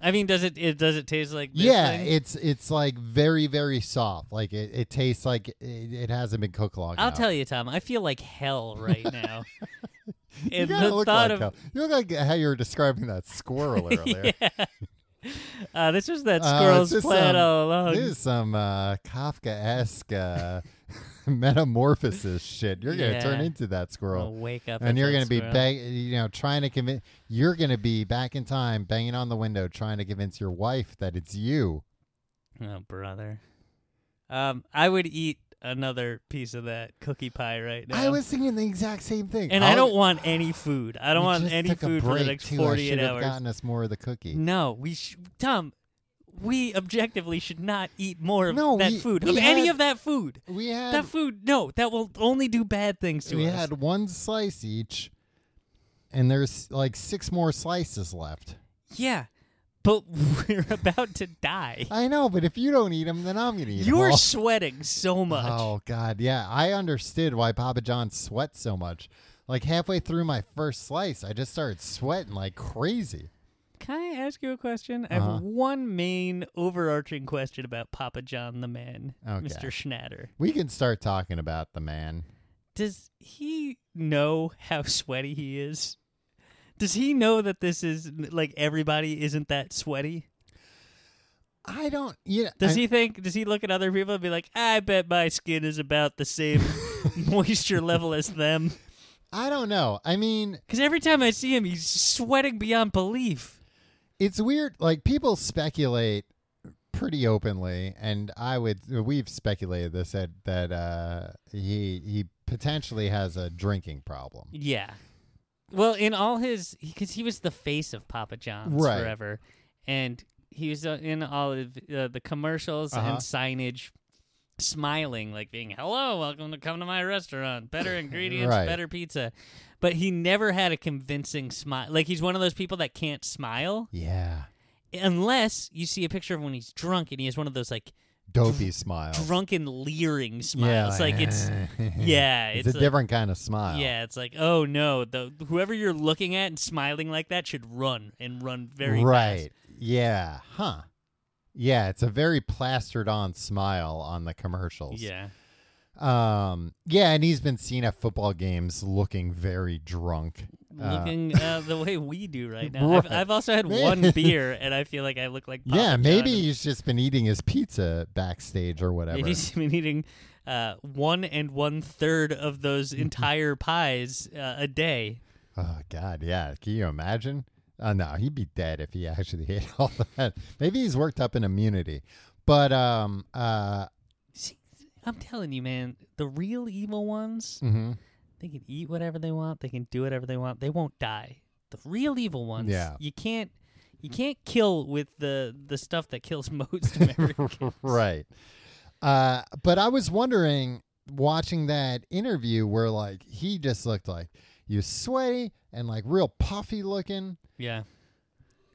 I mean, does it, it does it taste like this yeah, thing? it's it's like very very soft. Like it, it tastes like it, it hasn't been cooked long. I'll enough. tell you, Tom. I feel like hell right now. You And gotta the look thought like of hell. You look like how you were describing that squirrel earlier. yeah. Uh, this was that Uh, squirrel's this is plan some- all along. This is some uh, Kafka-esque uh, metamorphosis shit. You're gonna turn Yeah. into that I'm squirrel, gonna wake up and as you're that gonna be squirrel. bang, you know, trying to convince. You're gonna be back in time, banging on the window, trying to convince your wife that it's you. Oh, brother. Um, I would eat another piece of that cookie pie right now. I was thinking the exact same thing, and I don't want any food. I don't we want just any took a food for the break, next too. I 48 should've hours. Gotten us more of the cookie. No, we sh- Tom, we objectively should not eat more of No, that we- food. we Of any had- of that food. We had That food, no, that will only do bad things to we us. had one slice each, and there's like six more slices left. Yeah, but we're about to die. I know, but if you don't eat them, then I'm gonna eat them. You're sweating so much. Oh God, yeah. I understood why Papa John sweats so much. Like halfway through my first slice, I just started sweating like crazy. Can I ask you a question? I Uh-huh. have one main overarching question about Papa John the man, Okay. Mr. Schnatter. We can start talking about the man. Does he know how sweaty he is? Does he know that this is like everybody isn't that sweaty? I don't. Yeah. Does I- he think? Does he look at other people and be like, "I bet my skin is about the same moisture level as them"? I don't know. I mean, Because every time I see him, he's sweating beyond belief. it's weird. Like people speculate pretty openly, and I would. We've speculated this that that uh, he he potentially has a drinking problem. Yeah. Well, in all his, because he was the face of Papa John's Right. forever, and he was uh, in all of uh, the commercials Uh-huh. and signage, smiling like being, "Hello, welcome to come to my restaurant. Better ingredients, Right. better pizza." But he never had a convincing smile. Like he's one of those people that can't smile Yeah. unless you see a picture of when he's drunk and he has one of those like Dopey smile. drunken leering smiles. like it's yeah, it's, it's, a like- different kind of smile. Yeah, it's like, oh no, the whoever you're looking at and smiling like that should run and run very right. fast. Yeah. Huh. Yeah, it's a very plastered on smile on the commercials. Yeah. Um yeah, and he's been seen at football games looking very drunk. Uh, Looking uh, the way we do right now. I've, Right. I've also had Man. one beer and I feel like I look like Papa yeah, John. maybe he's just been eating his pizza backstage or whatever. Maybe he's been eating uh, one and one third of those entire pies uh, a day. Oh God, yeah. Can you imagine? Oh no, he'd be dead if he actually ate all that. Maybe he's worked up an immunity. But um uh See, I'm telling you, man, the real evil ones, mhm. they can eat whatever they want, they can do whatever they want, they won't die. The real evil ones, Yeah. you can't you can't kill with the the stuff that kills most Americans. right. Uh, but I was wondering, watching that interview where like he just looked like he was sweaty and like real puffy looking. yeah.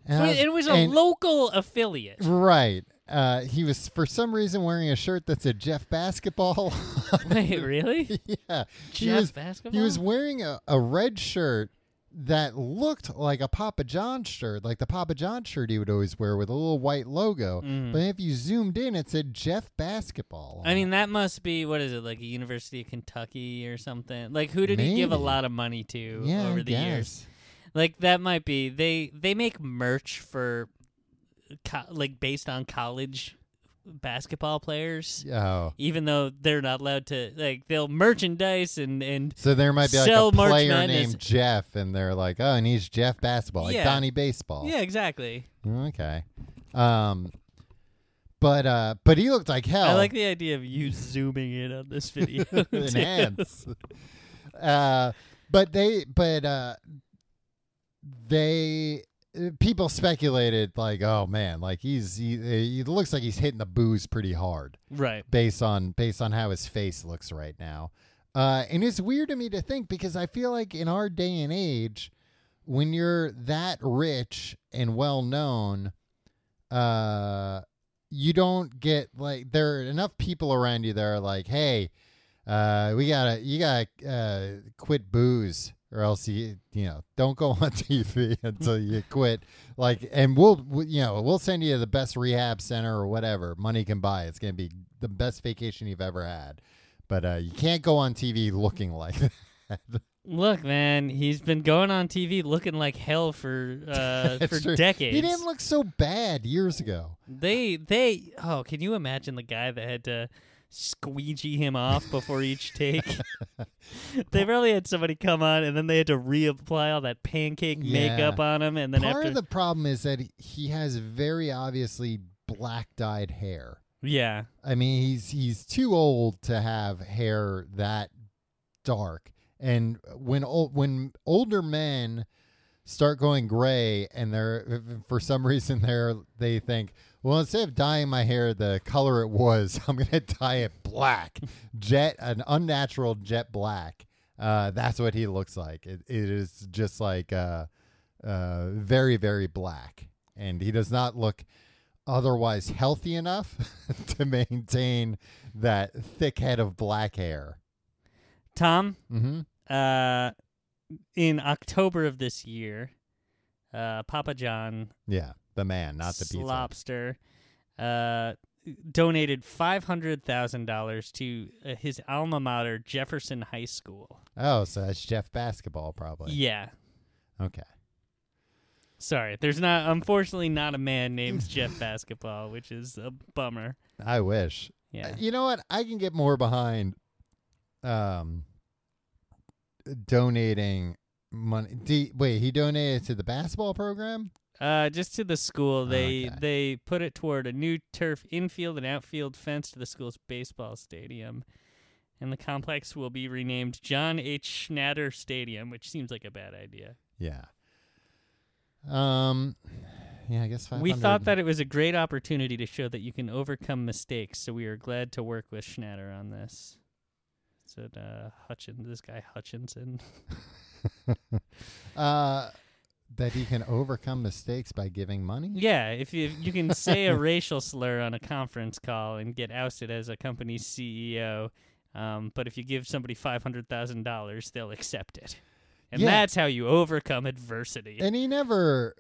And I But it was a and- local affiliate. right. Uh, he was for some reason wearing a shirt that said Jeff Basketball. Wait, really? yeah, he Jeff was Basketball? he was wearing a, a red shirt that looked like a Papa John shirt, like the Papa John shirt he would always wear with a little white logo. Mm. But if you zoomed in, it said Jeff Basketball. on I it. mean, that must be what is it like a University of Kentucky or something? Like, who did he give a Maybe. lot of money to yeah, over I the guess. years? Like that might be they they make merch for co- like based on college basketball players. Oh. Even though they're not allowed to, like they'll merchandise and and So there might be like Sell a March player Madness. named Jeff, and they're like, oh, and he's Jeff Basketball, like Yeah. Donnie Baseball. yeah, exactly. Okay. Um, but uh, but he looked like hell. I like the idea of you zooming in on this video. in too. ants. uh, but they but uh, they uh, people speculated like, oh man, like he's he, he it looks like he's hitting the booze pretty hard Right. based on based on how his face looks right now. Uh, and it's weird to me to think because I feel like in our day and age, when you're that rich and well known, uh, you don't get like there are enough people around you that are like, hey, uh, we gotta you gotta uh, quit booze or else you you know don't go on TV until you quit. Like, and we'll we- you know we'll send you to the best rehab center or whatever money can buy. It's gonna be the best vacation you've ever had, but uh, you can't go on TV looking like that. Look, man, he's been going on TV looking like hell for uh, That's for true. decades. He didn't look so bad years ago. They they oh, can you imagine the guy that had to squeegee him off before each take? they really had somebody come on and then they had to reapply all that pancake Yeah. makeup on him and then Part after of the problem is that he has very obviously black dyed hair. Yeah. I mean, he's he's too old to have hair that dark. And when old when older men start going gray, and they're for some reason they're they think, well, instead of dyeing my hair the color it was, I'm gonna dye it black, jet an unnatural jet black. Uh, that's what he looks like. It, it is just like uh, uh, very very black, and he does not look otherwise healthy enough to maintain that thick head of black hair. Tom, hmm uh in October of this year, uh Papa John Yeah, the man, not the pizza. Slopster, uh, donated five hundred thousand dollars to uh, his alma mater, Jefferson High School. Oh, so that's Jeff basketball, probably. yeah, Okay. sorry, there's not, unfortunately, not a man named Jeff Basketball, which is a bummer. I wish. Yeah, You know what? I can get more behind um donating money. D- wait, he donated to the basketball program? uh, just to the school, they okay. they put it toward a new turf infield and outfield fence to the school's baseball stadium. And the complex will be renamed John H. Schnatter Stadium, which seems like a bad idea. Yeah. Um yeah, I guess 500. We thought that it was a great opportunity to show that you can overcome mistakes, so we are glad to work with Schnatter on this. Said uh, Hutchin, this guy Hutchinson. uh that he can overcome mistakes by giving money? yeah, if you, you can say a racial slur on a conference call and get ousted as a company's CEO, um, but if you give somebody five hundred thousand dollars, they'll accept it, and Yeah. Eh. that's how you overcome adversity. and he never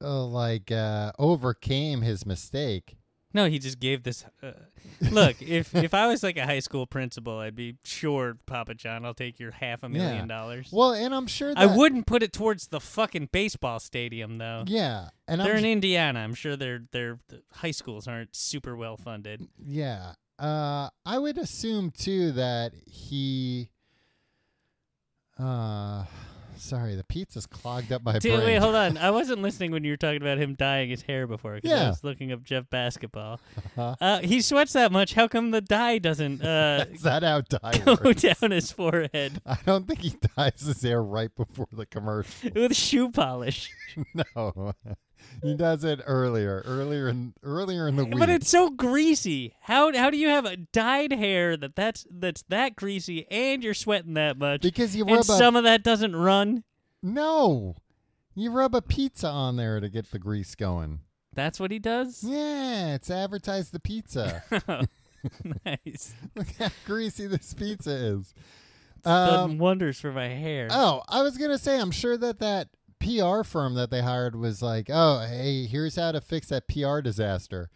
uh, like uh overcame his mistake No, he just gave this. Uh, look, if if I was like a high school principal, I'd be sure, Papa John, I'll take your half a million Yeah. dollars. well and i'm sure that, I wouldn't put it towards the fucking baseball stadium, though. yeah and They're i'm in Indiana. I'm sure their their the high schools aren't super well funded. yeah uh i would assume too that he uh sorry the pizza's clogged up my Dude, brain wait, hold on. I wasn't listening when you were talking about him dyeing his hair before because I Yeah. was looking up Jeff Basketball. Uh-huh. Uh, he sweats that much. How come the dye doesn't uh, is that how dye go works? down his forehead i don't think he dyes his hair right before the commercial with shoe polish? no he does it earlier earlier in earlier in the week But it's so greasy. How how do you have a dyed hair that that's that's that greasy and you're sweating that much? because you and rub a some of that doesn't run. No. You rub a pizza on there to get the grease going. That's what he does. Yeah, it's advertise the pizza. Hmm. nice. Look how greasy this pizza is. Done Um, wonders for my hair. oh, I was going to say, I'm sure that that PR firm that they hired was like, oh, hey, here's how to fix that PR disaster.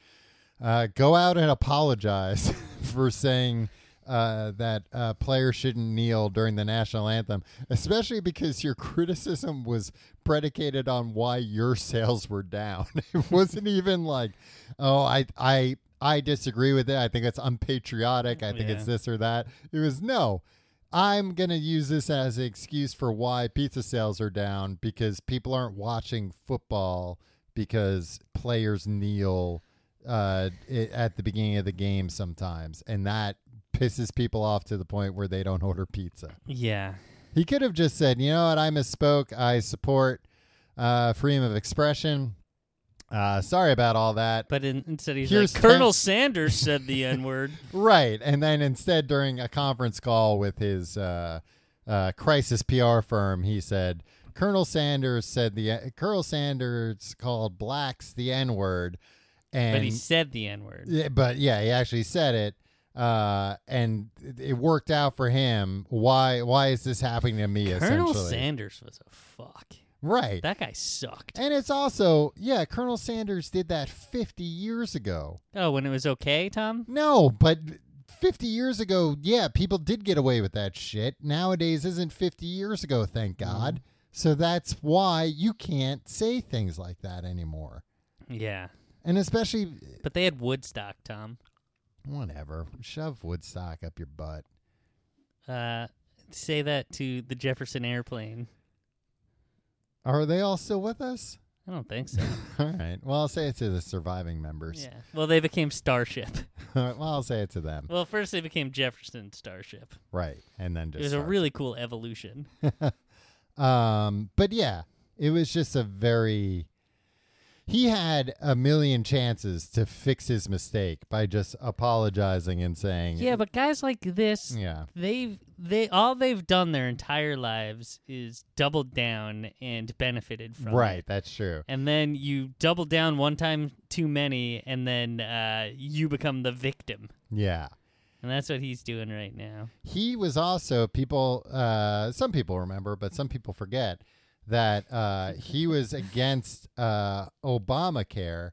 Uh, go out and apologize for saying uh, that uh, players shouldn't kneel during the national anthem, especially because your criticism was predicated on why your sales were down. it wasn't even like, oh, I, I, I disagree with it. I think it's unpatriotic. I think Yeah. it's this or that. It was no. I'm going to use this as an excuse for why pizza sales are down because people aren't watching football because players kneel uh, i at the beginning of the game sometimes, and that pisses people off to the point where they don't order pizza. yeah. He could have just said, "You know what? I misspoke. I support uh, freedom of expression. Uh, sorry about all that. But in, instead, he's Here's like, Colonel ten- Sanders said the N word. Right. And then instead, during a conference call with his uh, uh, crisis PR firm, he said, Colonel Sanders said the Colonel Sanders called blacks the N word. And But he said the N word. Yeah, but yeah, he actually said it, uh, and it- it worked out for him. Why? Why is this happening to me? Colonel essentially, Sanders was a fuck. right? That guy sucked. and it's also yeah, Colonel Sanders did that fifty years ago. Oh, when it was okay, Tom? No, but fifty years ago, yeah, people did get away with that shit. Nowadays, isn't fifty years ago? Thank Mm-hmm. God. So that's why you can't say things like that anymore. Yeah. And especially, But they had Woodstock, Tom. whatever, shove Woodstock up your butt. Uh, say that to the Jefferson airplane. Are they all still with us? I don't think so. All right. Well, I'll say it to the surviving members. yeah. Well, they became Starship. All right, well, I'll say it to them. Well, first they became Jefferson Starship. Right. And then just It was a start. really cool evolution. um but yeah, it was just a very he had a million chances to fix his mistake by just apologizing and saying Yeah, but guys like this, Yeah. they've they all they've done their entire lives is doubled down and benefited from it. Right, that's true. and then you double down one time too many and then uh, you become the victim Yeah. and that's what he's doing right now He was also people uh some people remember, but some people forget that uh he was against uh Obamacare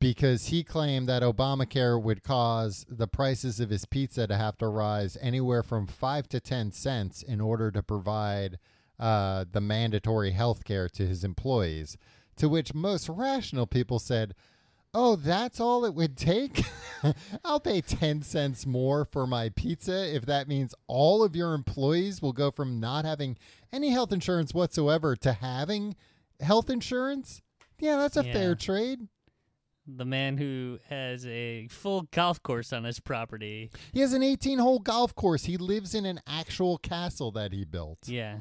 because he claimed that Obamacare would cause the prices of his pizza to have to rise anywhere from five to ten cents in order to provide uh, the mandatory health care to his employees. To which most rational people said, "Oh, that's all it would take. I'll pay ten cents more for my pizza if that means all of your employees will go from not having any health insurance whatsoever to having health insurance." Yeah, that's a Yeah. fair trade. the man who has a full golf course on his property He has an 18 hole golf course. He lives in an actual castle that he built. yeah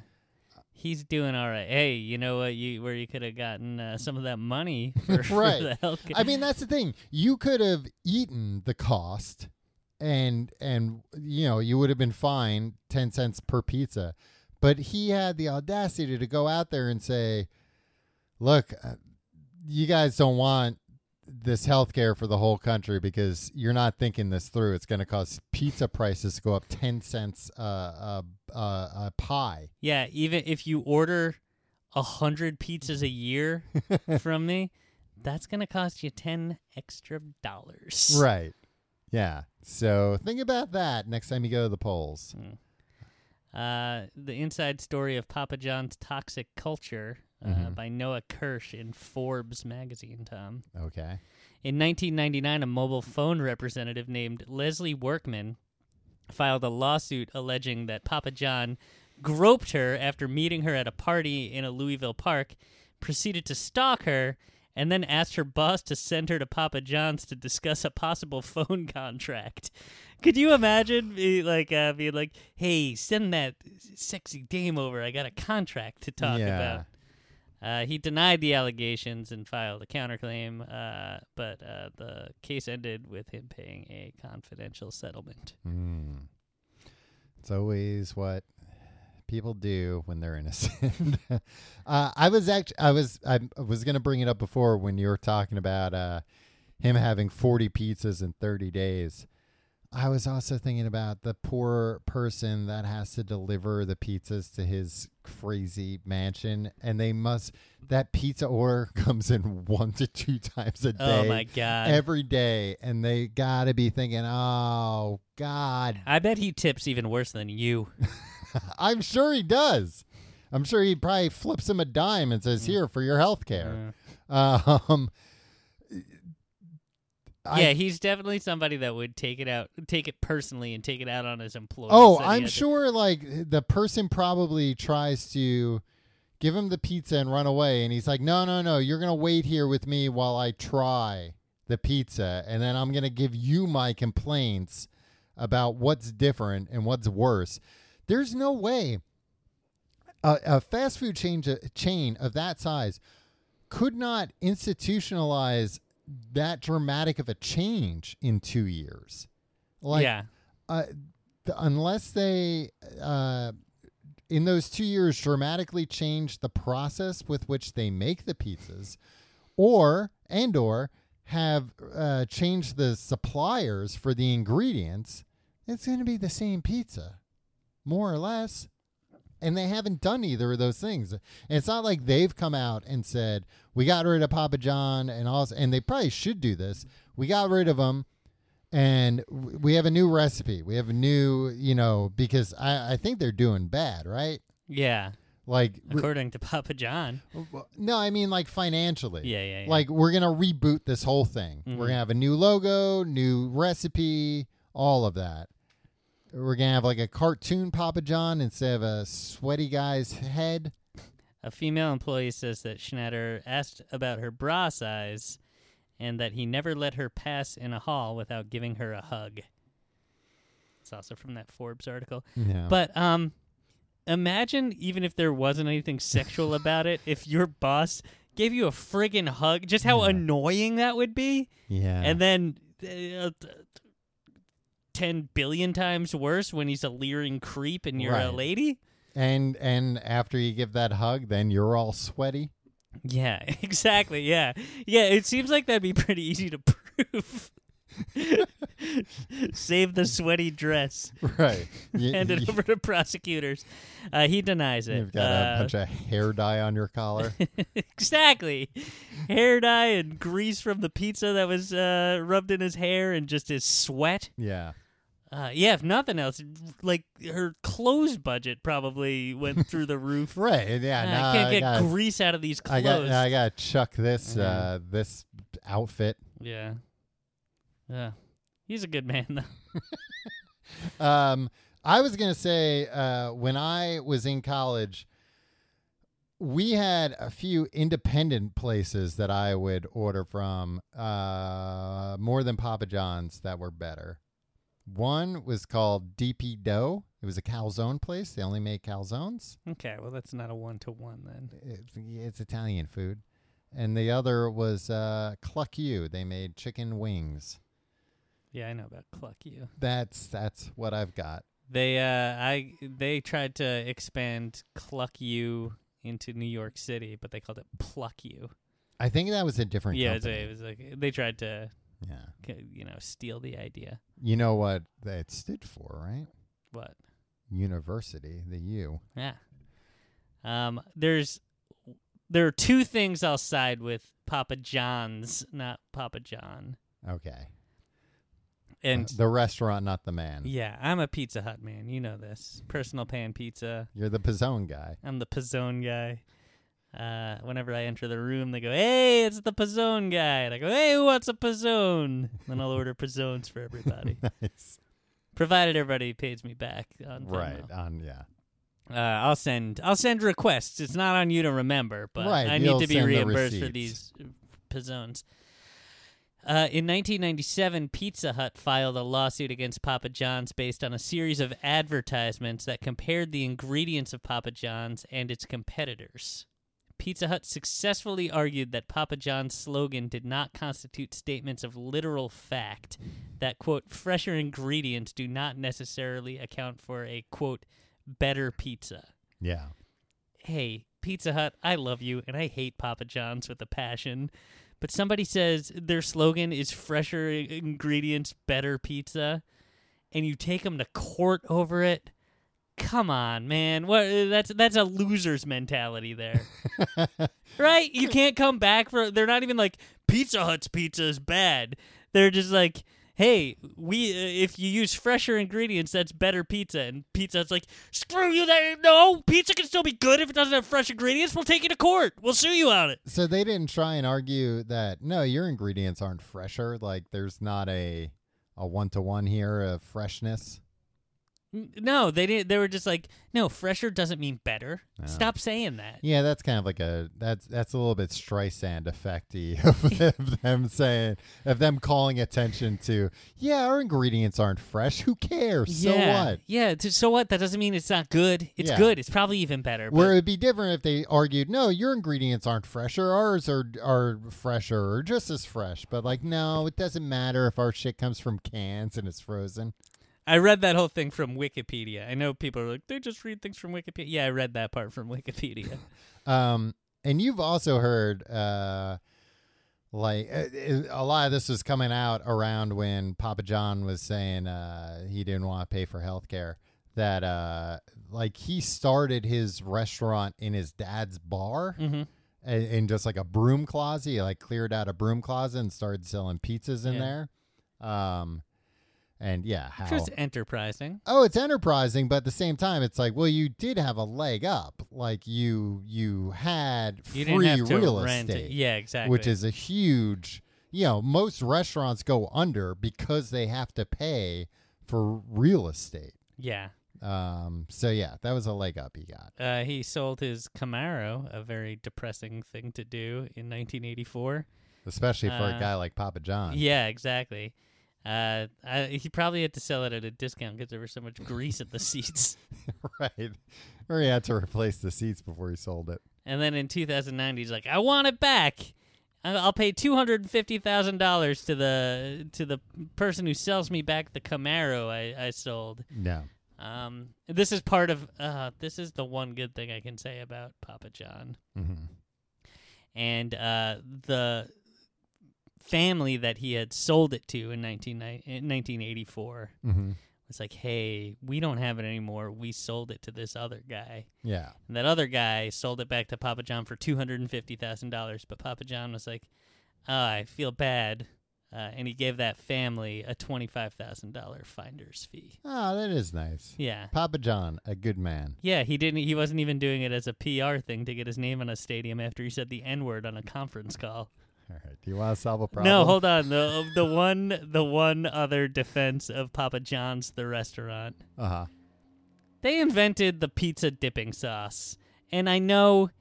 he's doing all right hey you know what you where you could have gotten uh, some of that money for, for Right. the health care. I mean, that's the thing. You could have eaten the cost and and you know, you would have been fine 10 cents per pizza. But he had the audacity to go out there and say, "Look, uh, you guys don't want this health care for the whole country because you're not thinking this through. It's going to cause pizza prices to go up 10 cents uh, uh, uh, a pie." yeah even if you order a hundred pizzas a year from me that's gonna cost you ten extra dollars Right. Yeah. So think about that next time you go to the polls. Uh, the inside story of Papa John's toxic culture uh, by Noah Kirsch in Forbes magazine. Tom, Okay. in 1999, a mobile phone representative named Leslie Workman filed a lawsuit alleging that Papa John groped her after meeting her at a party in a Louisville park, proceeded to stalk her. And then asked her boss to send her to Papa John's to discuss a possible phone contract. Could you imagine me like uh, being like, "Hey, send that sexy dame over. I got a contract to talk yeah. about." Uh, he denied the allegations and filed a counterclaim, uh, but uh, the case ended with him paying a confidential settlement. Hmm. It's always what people do when they're innocent. uh, I was actually, I was, I was gonna bring it up before when you were talking about uh, him having forty pizzas in thirty days. I was also thinking about the poor person that has to deliver the pizzas to his crazy mansion, and they must that pizza order comes in one to two times a day Oh my god! every day, and they gotta be thinking, "Oh God, I bet he tips even worse than you. I'm sure he does. I'm sure he probably flips him a dime and says, "Here for your health Uh, care." Um, I- yeah, he's definitely somebody that would take it out, take it personally, and take it out on his employees. oh, that he I'm had to- sure like the person probably tries to give him the pizza and run away, and he's like, "No, no, no, you're gonna wait here with me while I try the pizza, and then I'm gonna give you my complaints about what's different and what's worse." There's no way a, a fast food chain chain of that size could not institutionalize that dramatic of a change in two years. Like, yeah. uh, th- unless they uh, in those two years dramatically change the process with which they make the pizzas or and or have uh, changed the suppliers for the ingredients it's going to be the same pizza more or less and they haven't done either of those things and it's not like they've come out and said we got rid of papa john and also and they probably should do this we got rid of them and w- we have a new recipe. We have a new, you know, because I, I think they're doing bad, right? Yeah. Like, re- According to Papa John. no, I mean like financially. Yeah, yeah, Mm-hmm. yeah. Like we're gonna reboot this whole thing. We're gonna have a new logo, new recipe, all of that. We're gonna have like a cartoon Papa John instead of a sweaty guy's head. A female employee says that Schnatter asked about her bra size and that he never let her pass in a hall without giving her a hug. It's also from that Forbes article. No. But um imagine even if there wasn't anything sexual about it, if your boss gave you a friggin' hug, just how Yeah. annoying that would be. yeah, And then uh, t- 10 billion times worse when he's a leering creep and you're a Right. lady. and and after you give that hug, then you're all sweaty. Yeah, exactly. Yeah. Yeah, it seems like that'd be pretty easy to prove. Save the sweaty dress. Right. You- Hand it you- over to prosecutors. Uh, he denies it. You've got a bunch of hair dye on your collar. Uh, exactly. Hair dye and grease from the pizza that was uh, rubbed in his hair and just his sweat. yeah. Uh, yeah, if nothing else, like her clothes budget probably went through the roof. Right. Yeah. Ah, nah, I can't get gotta- grease out of these clothes. I got I got to chuck this Yeah. uh this outfit. yeah. Yeah. He's a good man, though. Um I was going to say uh when I was in college we had a few independent places that I would order from uh more than Papa John's that were better. One was called DP Dough. It was a calzone place. They only made calzones. Okay, well, that's not a one to one then. It's, it's Italian food. And the other was uh, Cluck You. They made chicken wings. Yeah, I know about Cluck You. That's that's what I've got. They, uh, I, they tried to expand Cluck You into New York City, but they called it Pluck You. I think that was a different. Yeah, it was, company. it was like they tried to, yeah. k- you know, steal the idea. You know what that stood for, right? What? University, the U. Yeah. Um, there's, there are two things I'll side with Papa John's, not Papa John. Okay. And the restaurant, not the man. yeah, I'm a Pizza Hut man. You know this. Personal pan pizza. You're the Pizzone guy. I'm the Pizzone guy. Uh, whenever I enter the room, they go, "Hey, it's the Pizzone guy." And I go, "Hey, who wants a Pizzone?" Then I'll order Pizzones for everybody, nice. provided everybody pays me back. On Right. Venmo. On yeah. Uh, I'll send. I'll send requests. It's not on you to remember, but Right, I you'll need to be send the reimbursed for receipts. these Pizzones. Uh, in 1997, Pizza Hut filed a lawsuit against Papa John's based on a series of advertisements that compared the ingredients of Papa John's and its competitors. Pizza Hut successfully argued that Papa John's slogan did not constitute statements of literal fact, that, quote, fresher ingredients do not necessarily account for a, quote, better pizza. Yeah. Hey, Pizza Hut, I love you and I hate Papa John's with a passion, but somebody says their slogan is fresher i- ingredients, better pizza, and you take them to court over it. Come on, man. What that's that's a loser's mentality there. right? You can't come back for they're not even like Pizza Hut's pizza is bad. They're just like, "Hey, we uh, if you use fresher ingredients, that's better pizza." And Pizza Hut's like, "Screw you there. No, pizza can still be good if it doesn't have fresh ingredients. We'll take you to court. We'll sue you on it." So they didn't try and argue that no, your ingredients aren't fresher. Like there's not a a one to one here of freshness. N- No, they didn't. They were just like, no, fresher doesn't mean better. No. Stop saying that. Yeah, that's kind of like a that's that's a little bit Streisand effecty of, of them saying of them calling attention to yeah our ingredients aren't fresh who cares yeah. so what Yeah. t- So what? That doesn't mean it's not good. It's Yeah. good. It's probably even better. but- where it would be different if they argued no your ingredients aren't fresher ours are are fresher or just as fresh but like no it doesn't matter if our shit comes from cans and it's frozen I read that whole thing from Wikipedia. I know people are like, they just read things from Wikipedia. Yeah, I read that part from Wikipedia. Um, and you've also heard, uh, like uh, a lot of this was coming out around when Papa John was saying uh, he didn't want to pay for health care. That uh, like he started his restaurant in his dad's bar, Mhm. in, in just like a broom closet. He like cleared out a broom closet and started selling pizzas in Yeah. there. Um, and yeah, how Just enterprising. oh it's enterprising but at the same time it's like well you did have a leg up like you you had You free didn't have to real rent estate it. Yeah, exactly. which is a huge you know most restaurants go under because they have to pay for real estate yeah. um so yeah that was a leg up he got Uh, he sold his Camaro, a very depressing thing to do in 1984. especially for Uh, a guy like papa john Yeah, exactly. Uh, I, he probably had to sell it at a discount because there was so much grease at the seats. right or he had to replace the seats before he sold it And then in 2009, he's like, "I want it back. I- I'll pay two hundred fifty thousand dollars to the to the person who sells me back the Camaro I, I sold." no Um, this is part of uh, this is the one good thing I can say about Papa John hmm and uh, the family that he had sold it to in 19, ni- in 1984 hmm was like, "Hey, we don't have it anymore. We sold it to this other guy." yeah And that other guy sold it back to Papa John for two hundred and fifty thousand dollars. But Papa John was like, oh, "I feel bad," uh, and he gave that family a twenty-five thousand dollar finder's fee. oh that is nice Yeah, papa john a good man yeah. He didn't. He wasn't even doing it as a PR thing to get his name on a stadium after he said the N-word on a conference call. all right do you want to solve a problem No, hold on. The the one the one other defense of Papa John's the restaurant. uh-huh they invented the pizza dipping sauce, and I know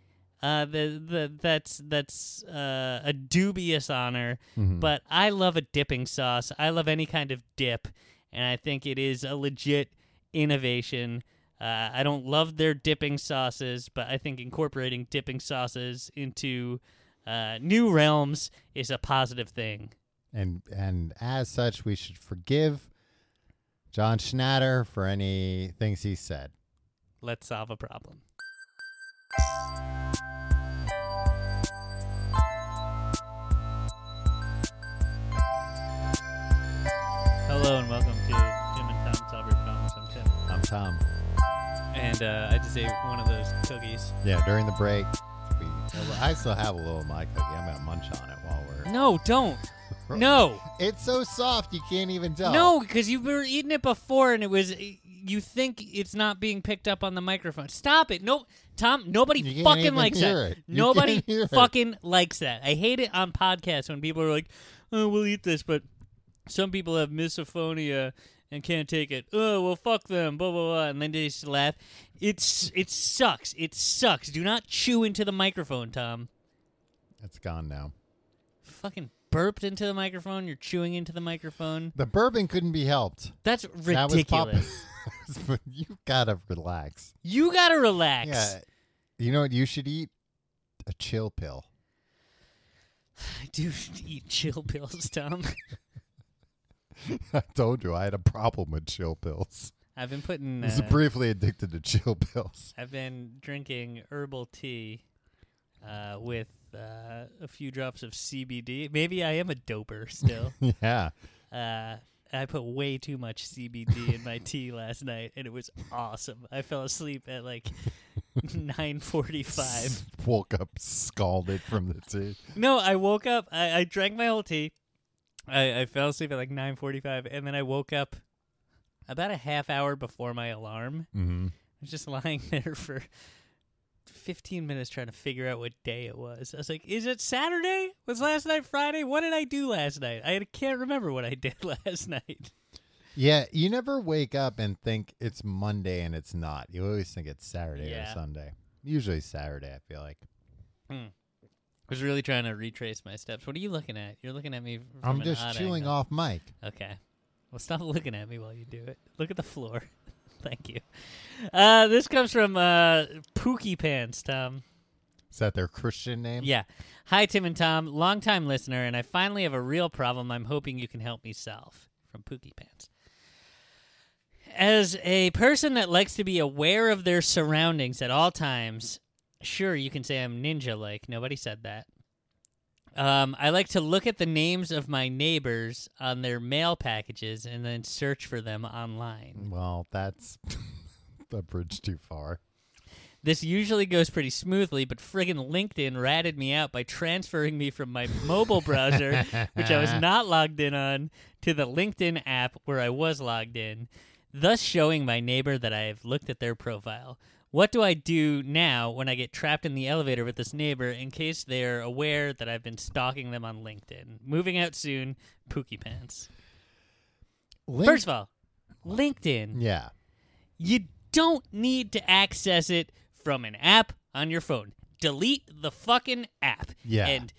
uh, the the that's that's uh, a dubious honor, Mhm. but I love a dipping sauce. I love any kind of dip, and I think it is a legit innovation. Uh, I don't love their dipping sauces, but I think incorporating dipping sauces into uh, new realms is a positive thing. and and as such we should forgive john schnatter for any things he said Let's solve a problem. Hello and welcome to Jim and Tom Solve Your Problems. I'm Tim. i'm tom And uh, I just ate one of those cookies. yeah during the break we, i still have a little of my cookie i'm gonna munch on it while we're No, don't. No. it's so soft you can't even tell No, because you were eating it before and it was. You think it's not being picked up on the microphone. Stop it. No, Tom, You nobody can't fucking even likes hear that. it. You Nobody can't hear it. fucking likes that. I hate it on podcasts when people are like, oh, we'll eat this, but some people have misophonia and can't take it. Oh, well, fuck them, blah, blah, blah. And then they just laugh. It's It sucks. It sucks. Do not chew into the microphone, Tom. it's gone now Fucking burped into the microphone. You're chewing into the microphone. the bourbon couldn't be helped That's That was ridiculous. pop- you gotta relax You gotta relax. yeah you know what you should eat a chill pill I do eat chill pills, Tom. i told you i had a problem with chill pills I've been putting. i was Uh, briefly addicted to chill pills I've been drinking herbal tea uh, with uh, a few drops of CBD. Maybe I am a doper still. Yeah. uh, I put way too much CBD in my tea last night, and it was awesome. I fell asleep at like nine forty-five. S- Woke up scalded from the tea. No, I woke up. I, I drank my whole tea. I, I fell asleep at like nine forty-five, and then I woke up about a half hour before my alarm. Mm-hmm. I was just lying there for fifteen minutes trying to figure out what day it was. I was like, "Is it Saturday? Was last night Friday? What did I do last night? I can't remember what I did last night." Yeah, you never wake up and think it's Monday and it's not. You always think it's Saturday Yeah. or Sunday. Usually Saturday, I feel like. I was really trying to retrace my steps. What are you looking at? You're looking at me. From I'm an just odd chewing angle. off Mike. Okay. Well, stop looking at me while you do it. Look at the floor. Thank you. Uh, this comes from uh, Pookie Pants, Tom. Is that their Christian name? Yeah. Hi, Tim and Tom. Longtime listener, and I finally have a real problem I'm hoping you can help me solve. From Pookie Pants. As a person that likes to be aware of their surroundings at all times, sure, you can say I'm ninja like. Nobody said that. Um, I like to look at the names of my neighbors on their mail packages and then search for them online. Well, that's the bridge too far. This usually goes pretty smoothly, but friggin' LinkedIn ratted me out by transferring me from my mobile browser, which I was not logged in on, to the LinkedIn app where I was logged in, thus showing my neighbor that I have looked at their profile. What do I do now when I get trapped in the elevator with this neighbor in case they're aware that I've been stalking them on LinkedIn? Moving out soon, Pookie Pants. Link- First of all, LinkedIn yeah. you don't need to access it from an app on your phone. Delete the fucking app. Yeah. And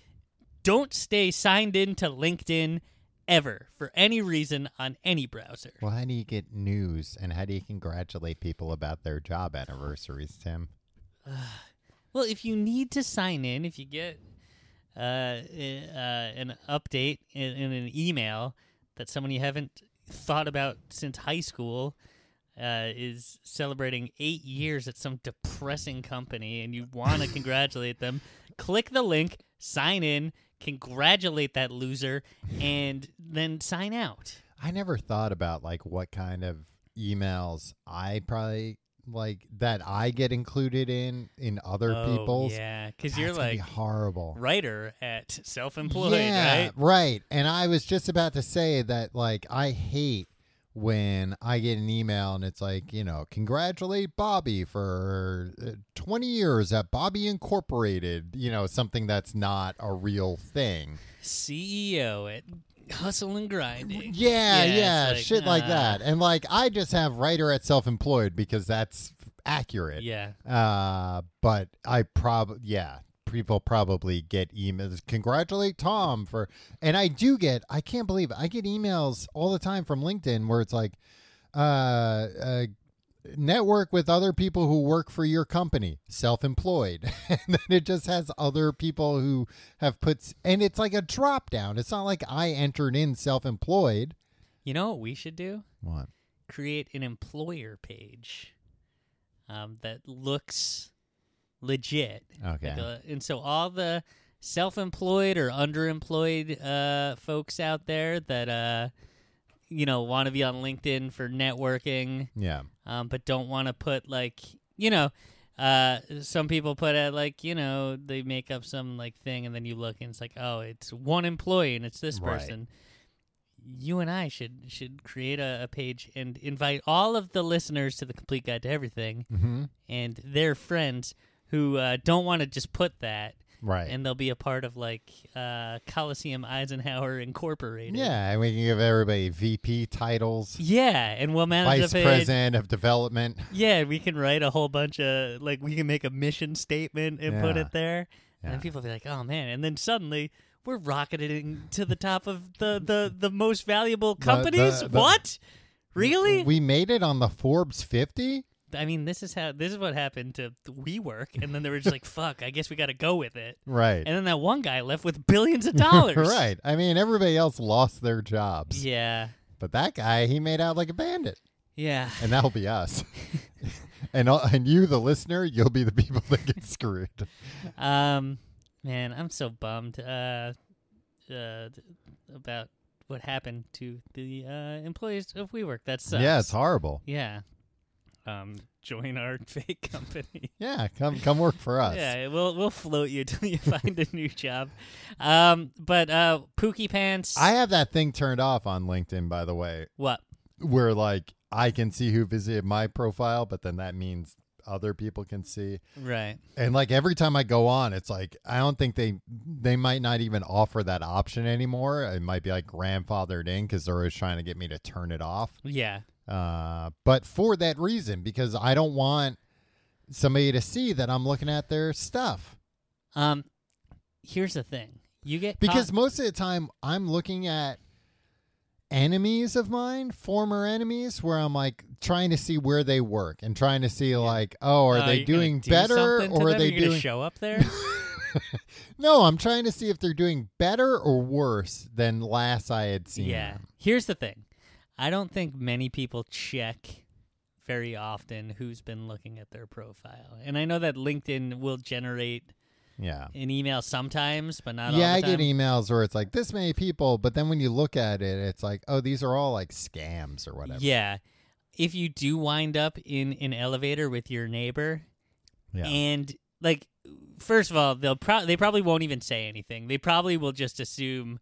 don't stay signed in to LinkedIn ever for any reason on any browser. Well, how do you get news and how do you congratulate people about their job anniversaries, Tim? Well, if you need to sign in, if you get uh, uh, an update in, in an email that someone you haven't thought about since high school uh, is celebrating eight years at some depressing company and you want to congratulate them, click the link, sign in, congratulate that loser, and then sign out. I never thought about like what kind of emails I probably like that I get included in in other Oh, people's. yeah, because That's you're gonna be like horrible. writer at self-employed, yeah, right? And I was just about to say that, like, I hate when I get an email and it's like, you know, congratulate Bobby for uh, 20 years at Bobby Incorporated, you know, something that's not a real thing. CEO E at Hustle and Grinding. Yeah, it's yeah, like, uh, shit like nah. that. And, like, I just have writer at self employed because that's f- accurate. Yeah. Uh, but I probably yeah, people probably get emails. Congratulate Tom for, and I do get. I can't believe it, I get emails all the time from LinkedIn where it's like, uh, uh network with other people who work for your company, self-employed, and then it just has other people who have puts, and it's like a drop down. It's not like I entered in self-employed. You know what we should do? What? Create an employer page um, that looks legit. Okay. Like a- and so all the self-employed or underemployed uh, folks out there that uh, you know want to be on LinkedIn for networking, yeah. um, but don't want to put like you know. Uh, some people put it like you know they make up some like thing and then you look and it's like oh it's one employee and it's this Right. person. You and I should should create a, a page and invite all of the listeners to the complete guide to everything hmm and their friends who uh, don't want to just put that Right. and they'll be a part of like uh, Coliseum Eisenhower Incorporated. yeah, and we can give everybody VP titles. yeah, and we'll manage vice a page. president of development. Yeah, we can write a whole bunch of like we can make a mission statement and put Yeah. it there, and Yeah. then people be like, "Oh man!" And then suddenly we're rocketing to the top of the the the most valuable companies. the- what? Really? We made it on the Forbes 50. I mean, this is how this is what happened to WeWork, and then they were just like, "Fuck! I guess we got to go with it." Right. And then that one guy left with billions of dollars. right. I mean, everybody else lost their jobs, Yeah. but that guy, he made out like a bandit, Yeah. and that'll be us. and all- and you, the listener, you'll be the people that get screwed. Um, man, I'm so bummed uh, uh, th- about what happened to the uh, employees of WeWork. That sucks. Yeah, it's horrible. Yeah. Um, join our fake company. Yeah, come come work for us. Yeah, we'll we'll float you till you find a new job. Um, but uh, Pookie Pants. I have that thing turned off on LinkedIn, by the way, what? where like I can see who visited my profile, but then that means other people can see. Right. And like every time I go on, it's like I don't think they they might not even offer that option anymore. It might be like grandfathered in because they're always trying to get me to turn it off. Yeah. Uh, but for that reason, because I don't want somebody to see that I'm looking at their stuff. Um, here's the thing. You get co- Because most of the time, I'm looking at enemies of mine, former enemies, where I'm like trying to see where they work and trying to see like, oh, are Uh, they you gonna doing do better something to or are them? they You're gonna doing? show up there? No, I'm trying to see if they're doing better or worse than last I had seen. yeah. them. Here's the thing. I don't think many people check very often who's been looking at their profile. And I know that LinkedIn will generate yeah. an email sometimes, but not yeah, all I the get time. emails where it's like this many people, but then when you look at it, it's like, oh, these are all like scams or whatever. Yeah. If you do wind up in an elevator with your neighbor Yeah. and like first of all, they'll pro- they probably won't even say anything. They probably will just assume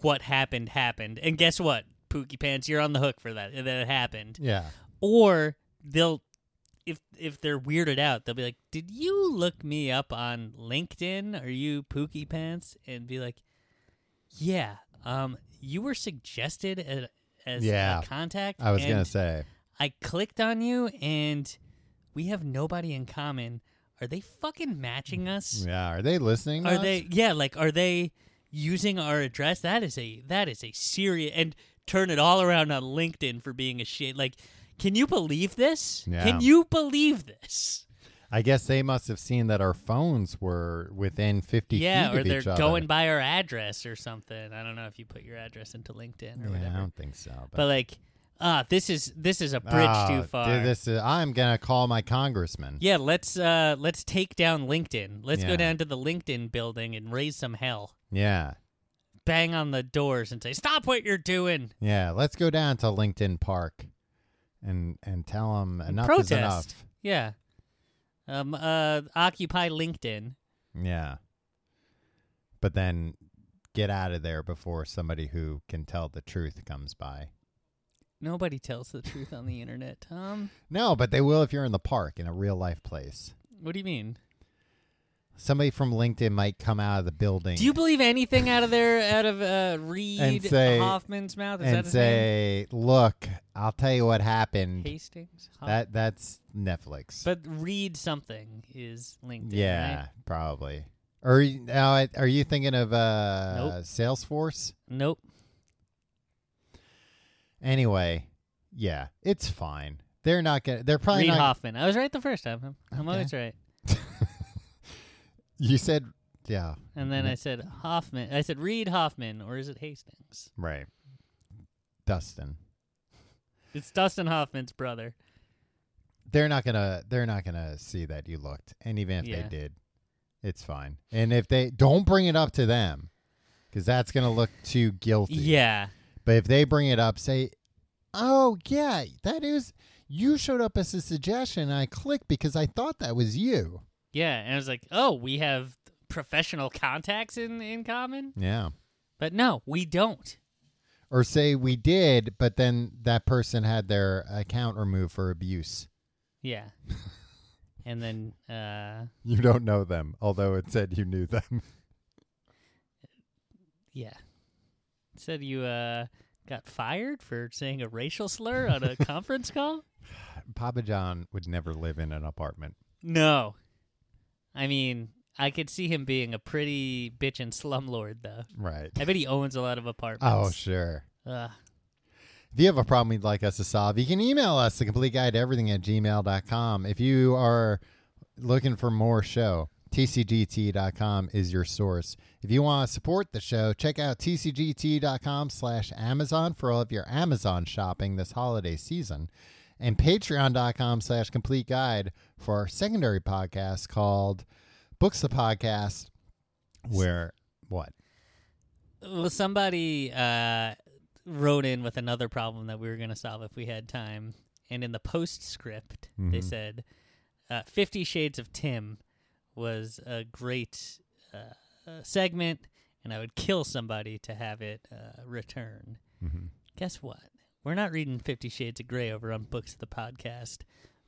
what happened happened. And guess what? Pookie pants, you're on the hook for that. That happened. yeah. Or they'll if if they're weirded out, they'll be like, "Did you look me up on LinkedIn? Are you Pookie Pants?" And be like, "Yeah, um, you were suggested as, as Yeah. a contact. I was and gonna say. I clicked on you, and we have nobody in common. Are they fucking matching us? Yeah. Are they listening? to Are us? they? Yeah, like are they using our address? That is a that is a serious and turn it all around on LinkedIn for being a shit. Like, can you believe this? Yeah. Can you believe this? I guess they must have seen that our phones were within fifty yeah, feet or of they're each other. going by our address or something. I don't know if you put your address into LinkedIn Yeah, or I whatever. don't think so. But like, ah, this is this is a bridge Oh, too dude, far. this is, I'm gonna call my congressman. Yeah, let's uh let's take down LinkedIn. Let's Yeah. go down to the LinkedIn building and raise some hell. yeah. Bang on the doors and say, "Stop what you're doing." Yeah, let's go down to LinkedIn Park and and tell them enough Protest. is enough. Yeah. Um uh occupy LinkedIn. Yeah. But then get out of there before somebody who can tell the truth comes by. Nobody tells the truth on the internet, Tom. No, but they will if you're in the park in a real life place. What do you mean? Somebody from LinkedIn might come out of the building Do you believe anything out of there out of uh Reed And say- Hoffman's mouth? Is that and his say, "Look, I'll tell you what happened." name? Hastings? Hoff- That that's Netflix. But Reed something is LinkedIn. yeah, right? probably. Or you- now, I- are you thinking of uh, Nope. Salesforce? Nope. Anyway, yeah, it's fine. They're not gonna. They're probably Reed not. Hoffman. I was right the first time. I'm, I'm Okay. always right. You said, yeah, And then Yeah. I said Hoffman. I said Reed Hoffman, or is it Hastings? right. Dustin. It's Dustin Hoffman's brother. They're not gonna. They're not gonna see that you looked. And even if Yeah. they did, it's fine. And if they don't bring it up to them, because that's gonna look too guilty. Yeah. But if they bring it up, say, "Oh yeah, that is." You showed up as a suggestion, and I clicked because I thought that was you. Yeah. And I was like, oh, we have professional contacts in, in common? Yeah. But no, we don't. Or say we did, but then that person had their account removed for abuse. Yeah. and then, uh, You don't know them, although it said you knew them. yeah. Said you, uh, got fired for saying a racial slur on a conference call? Papa John would never live in an apartment. No. I mean, I could see him being a pretty bitchin' slumlord, though. Right. I bet he owns a lot of Oh, apartments. sure. Ugh. If you have a problem you'd like us to solve, you can email us, the complete guide to everything at gmail.com. If you are looking for more show, tcgt.com is your source. If you want to support the show, check out tcgt.com slash Amazon for all of your Amazon shopping this holiday season. And patreon.com slash complete guide for our secondary podcast called Books the Podcast, where what? Well, somebody uh, wrote in with another problem that we were going to solve if we had time. And in the postscript, they said uh, Fifty Shades of Tim was a great uh, uh, segment, and I would kill somebody to have it uh, return. Guess what? We're not reading Fifty Shades of Grey over on Books of the Podcast,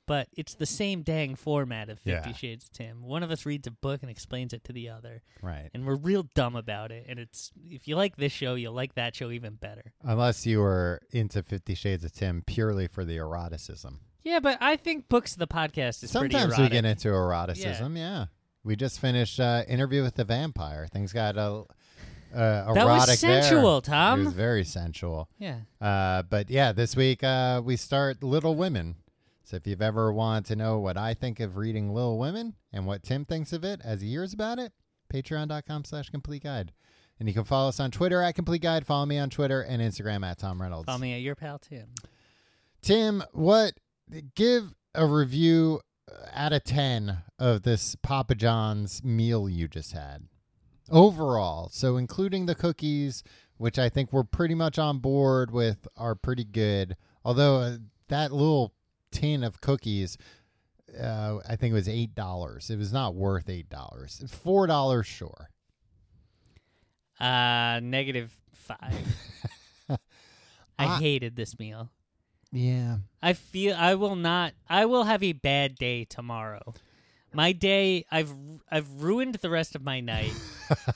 but it's the same dang format of Fifty Yeah. Shades of Tim. One of us reads a book and explains it to the other, Right. and we're real dumb about it. And it's if you like this show, you'll like that show even better. Unless you were into Fifty Shades of Tim purely for the eroticism. Yeah, but I think books of the podcast is pretty Sometimes we erotic. get into eroticism. Yeah. We just finished uh, Interview with the Vampire. Things got a. Uh, erotic That was sensual, there. Tom. It was very sensual. yeah, Uh, but yeah, this week uh, we start Little Women. So if you've ever wanted to know what I think of reading Little Women and what Tim thinks of it as he hears about it, patreon.com slash complete guide. And you can follow us on Twitter at Complete Guide. Follow me on Twitter and Instagram at Tom Reynolds. call me at your pal Tim. Tim, what give a review uh, out of 10 of this Papa John's meal you just had overall? So, including the cookies, which I think we're pretty much on board with, are pretty good. Although, uh, that little tin of cookies, uh, I think it was $8. It was not worth $8. $4, sure. Uh, negative five. I Ah. hated this meal. Yeah. I feel I will not. I will have a bad day tomorrow. My day, I've I've ruined the rest of my night,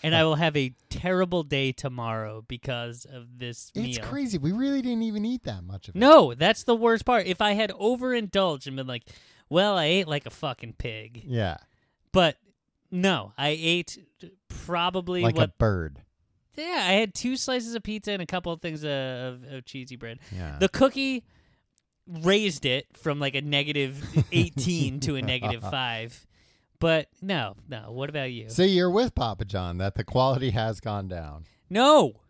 and I will have a terrible day tomorrow because of this It's meal. crazy. We really didn't even eat that much of it. No, that's the worst part. If I had overindulged and been like, "Well, I ate like a fucking pig," Yeah. but no, I ate probably Like what a bird. Yeah, I had two slices of pizza and a couple of things uh, of, of cheesy bread. Yeah. The cookie raised it from like a negative 18 to a negative 5. But no, no. What about you? So you're with Papa John that the quality has gone down. No.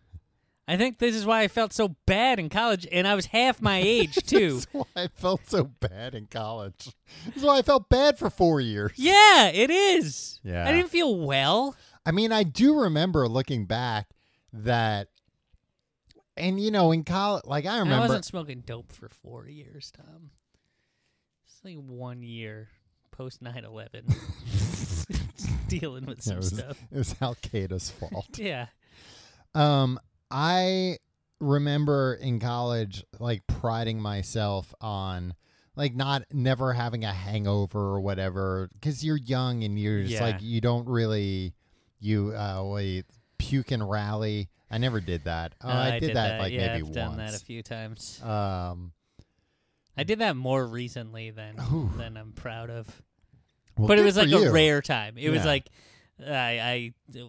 I think this is why I felt so bad in college and I was half my age too. That's why I felt so bad in college. That's why I felt bad for four years. yeah, it is. Yeah. I didn't feel well. I mean, I do remember looking back that, and you know, in college, like I I remember, wasn't smoking dope for 4 years, Tom. It's like 1 year post 9/11. dealing with Yeah, some it was, stuff. it was Al Qaeda's fault. Yeah. Um, I remember in college, like priding myself on like not never having a hangover or whatever, because you're young and you're just Yeah. like you don't really you uh wait, puke and rally. I never did that. Oh, No, I, did, that, like yeah, maybe I've once. done that a few times. um, I did that more recently than Ooh. than I'm proud of. well, but it good was for like you. a rare time. It Yeah. was like I I uh,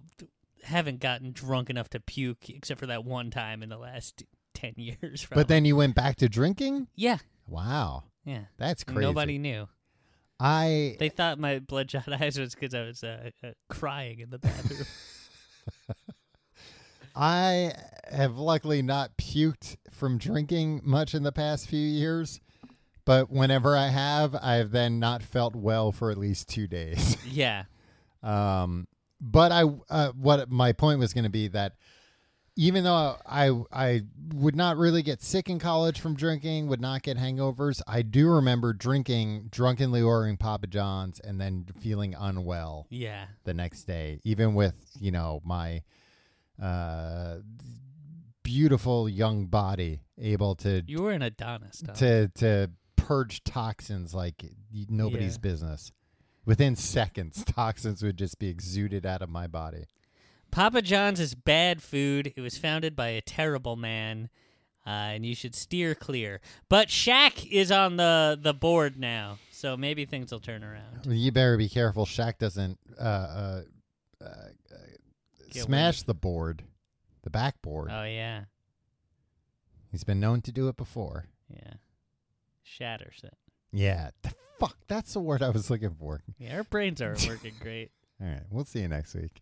haven't gotten drunk enough to puke except for that one time in the last 10 years probably. But then you went back to drinking. yeah, Wow, yeah. that's crazy. Nobody knew. I They thought my bloodshot eyes was cuz I was uh, uh, crying in the bathroom. I have luckily not puked from drinking much in the past few years, but whenever I have, I have then not felt well for at least two days. yeah. Um, but I, uh, what my point was going to be that even though I, I would not really get sick in college from drinking, would not get hangovers, I do remember drinking, drunkenly ordering Papa John's, and then feeling unwell Yeah. the next day, even with you know my uh, beautiful young body able to You were an Adonis. Tom. to to purge toxins like y- nobody's Yeah. business. Within seconds, toxins would just be exuded out of my body. Papa John's is bad food. It was founded by a terrible man, uh, and you should steer clear. But Shaq is on the, the board now, so maybe things will turn around. You better be careful. Shaq doesn't uh, uh, uh, uh, Get smash the board, the backboard. Oh yeah, He's been known to do it before. yeah. Shatters it. Yeah, the fuck. That's the word I was looking for. Yeah, our brains are working great. All right, we'll see you next week.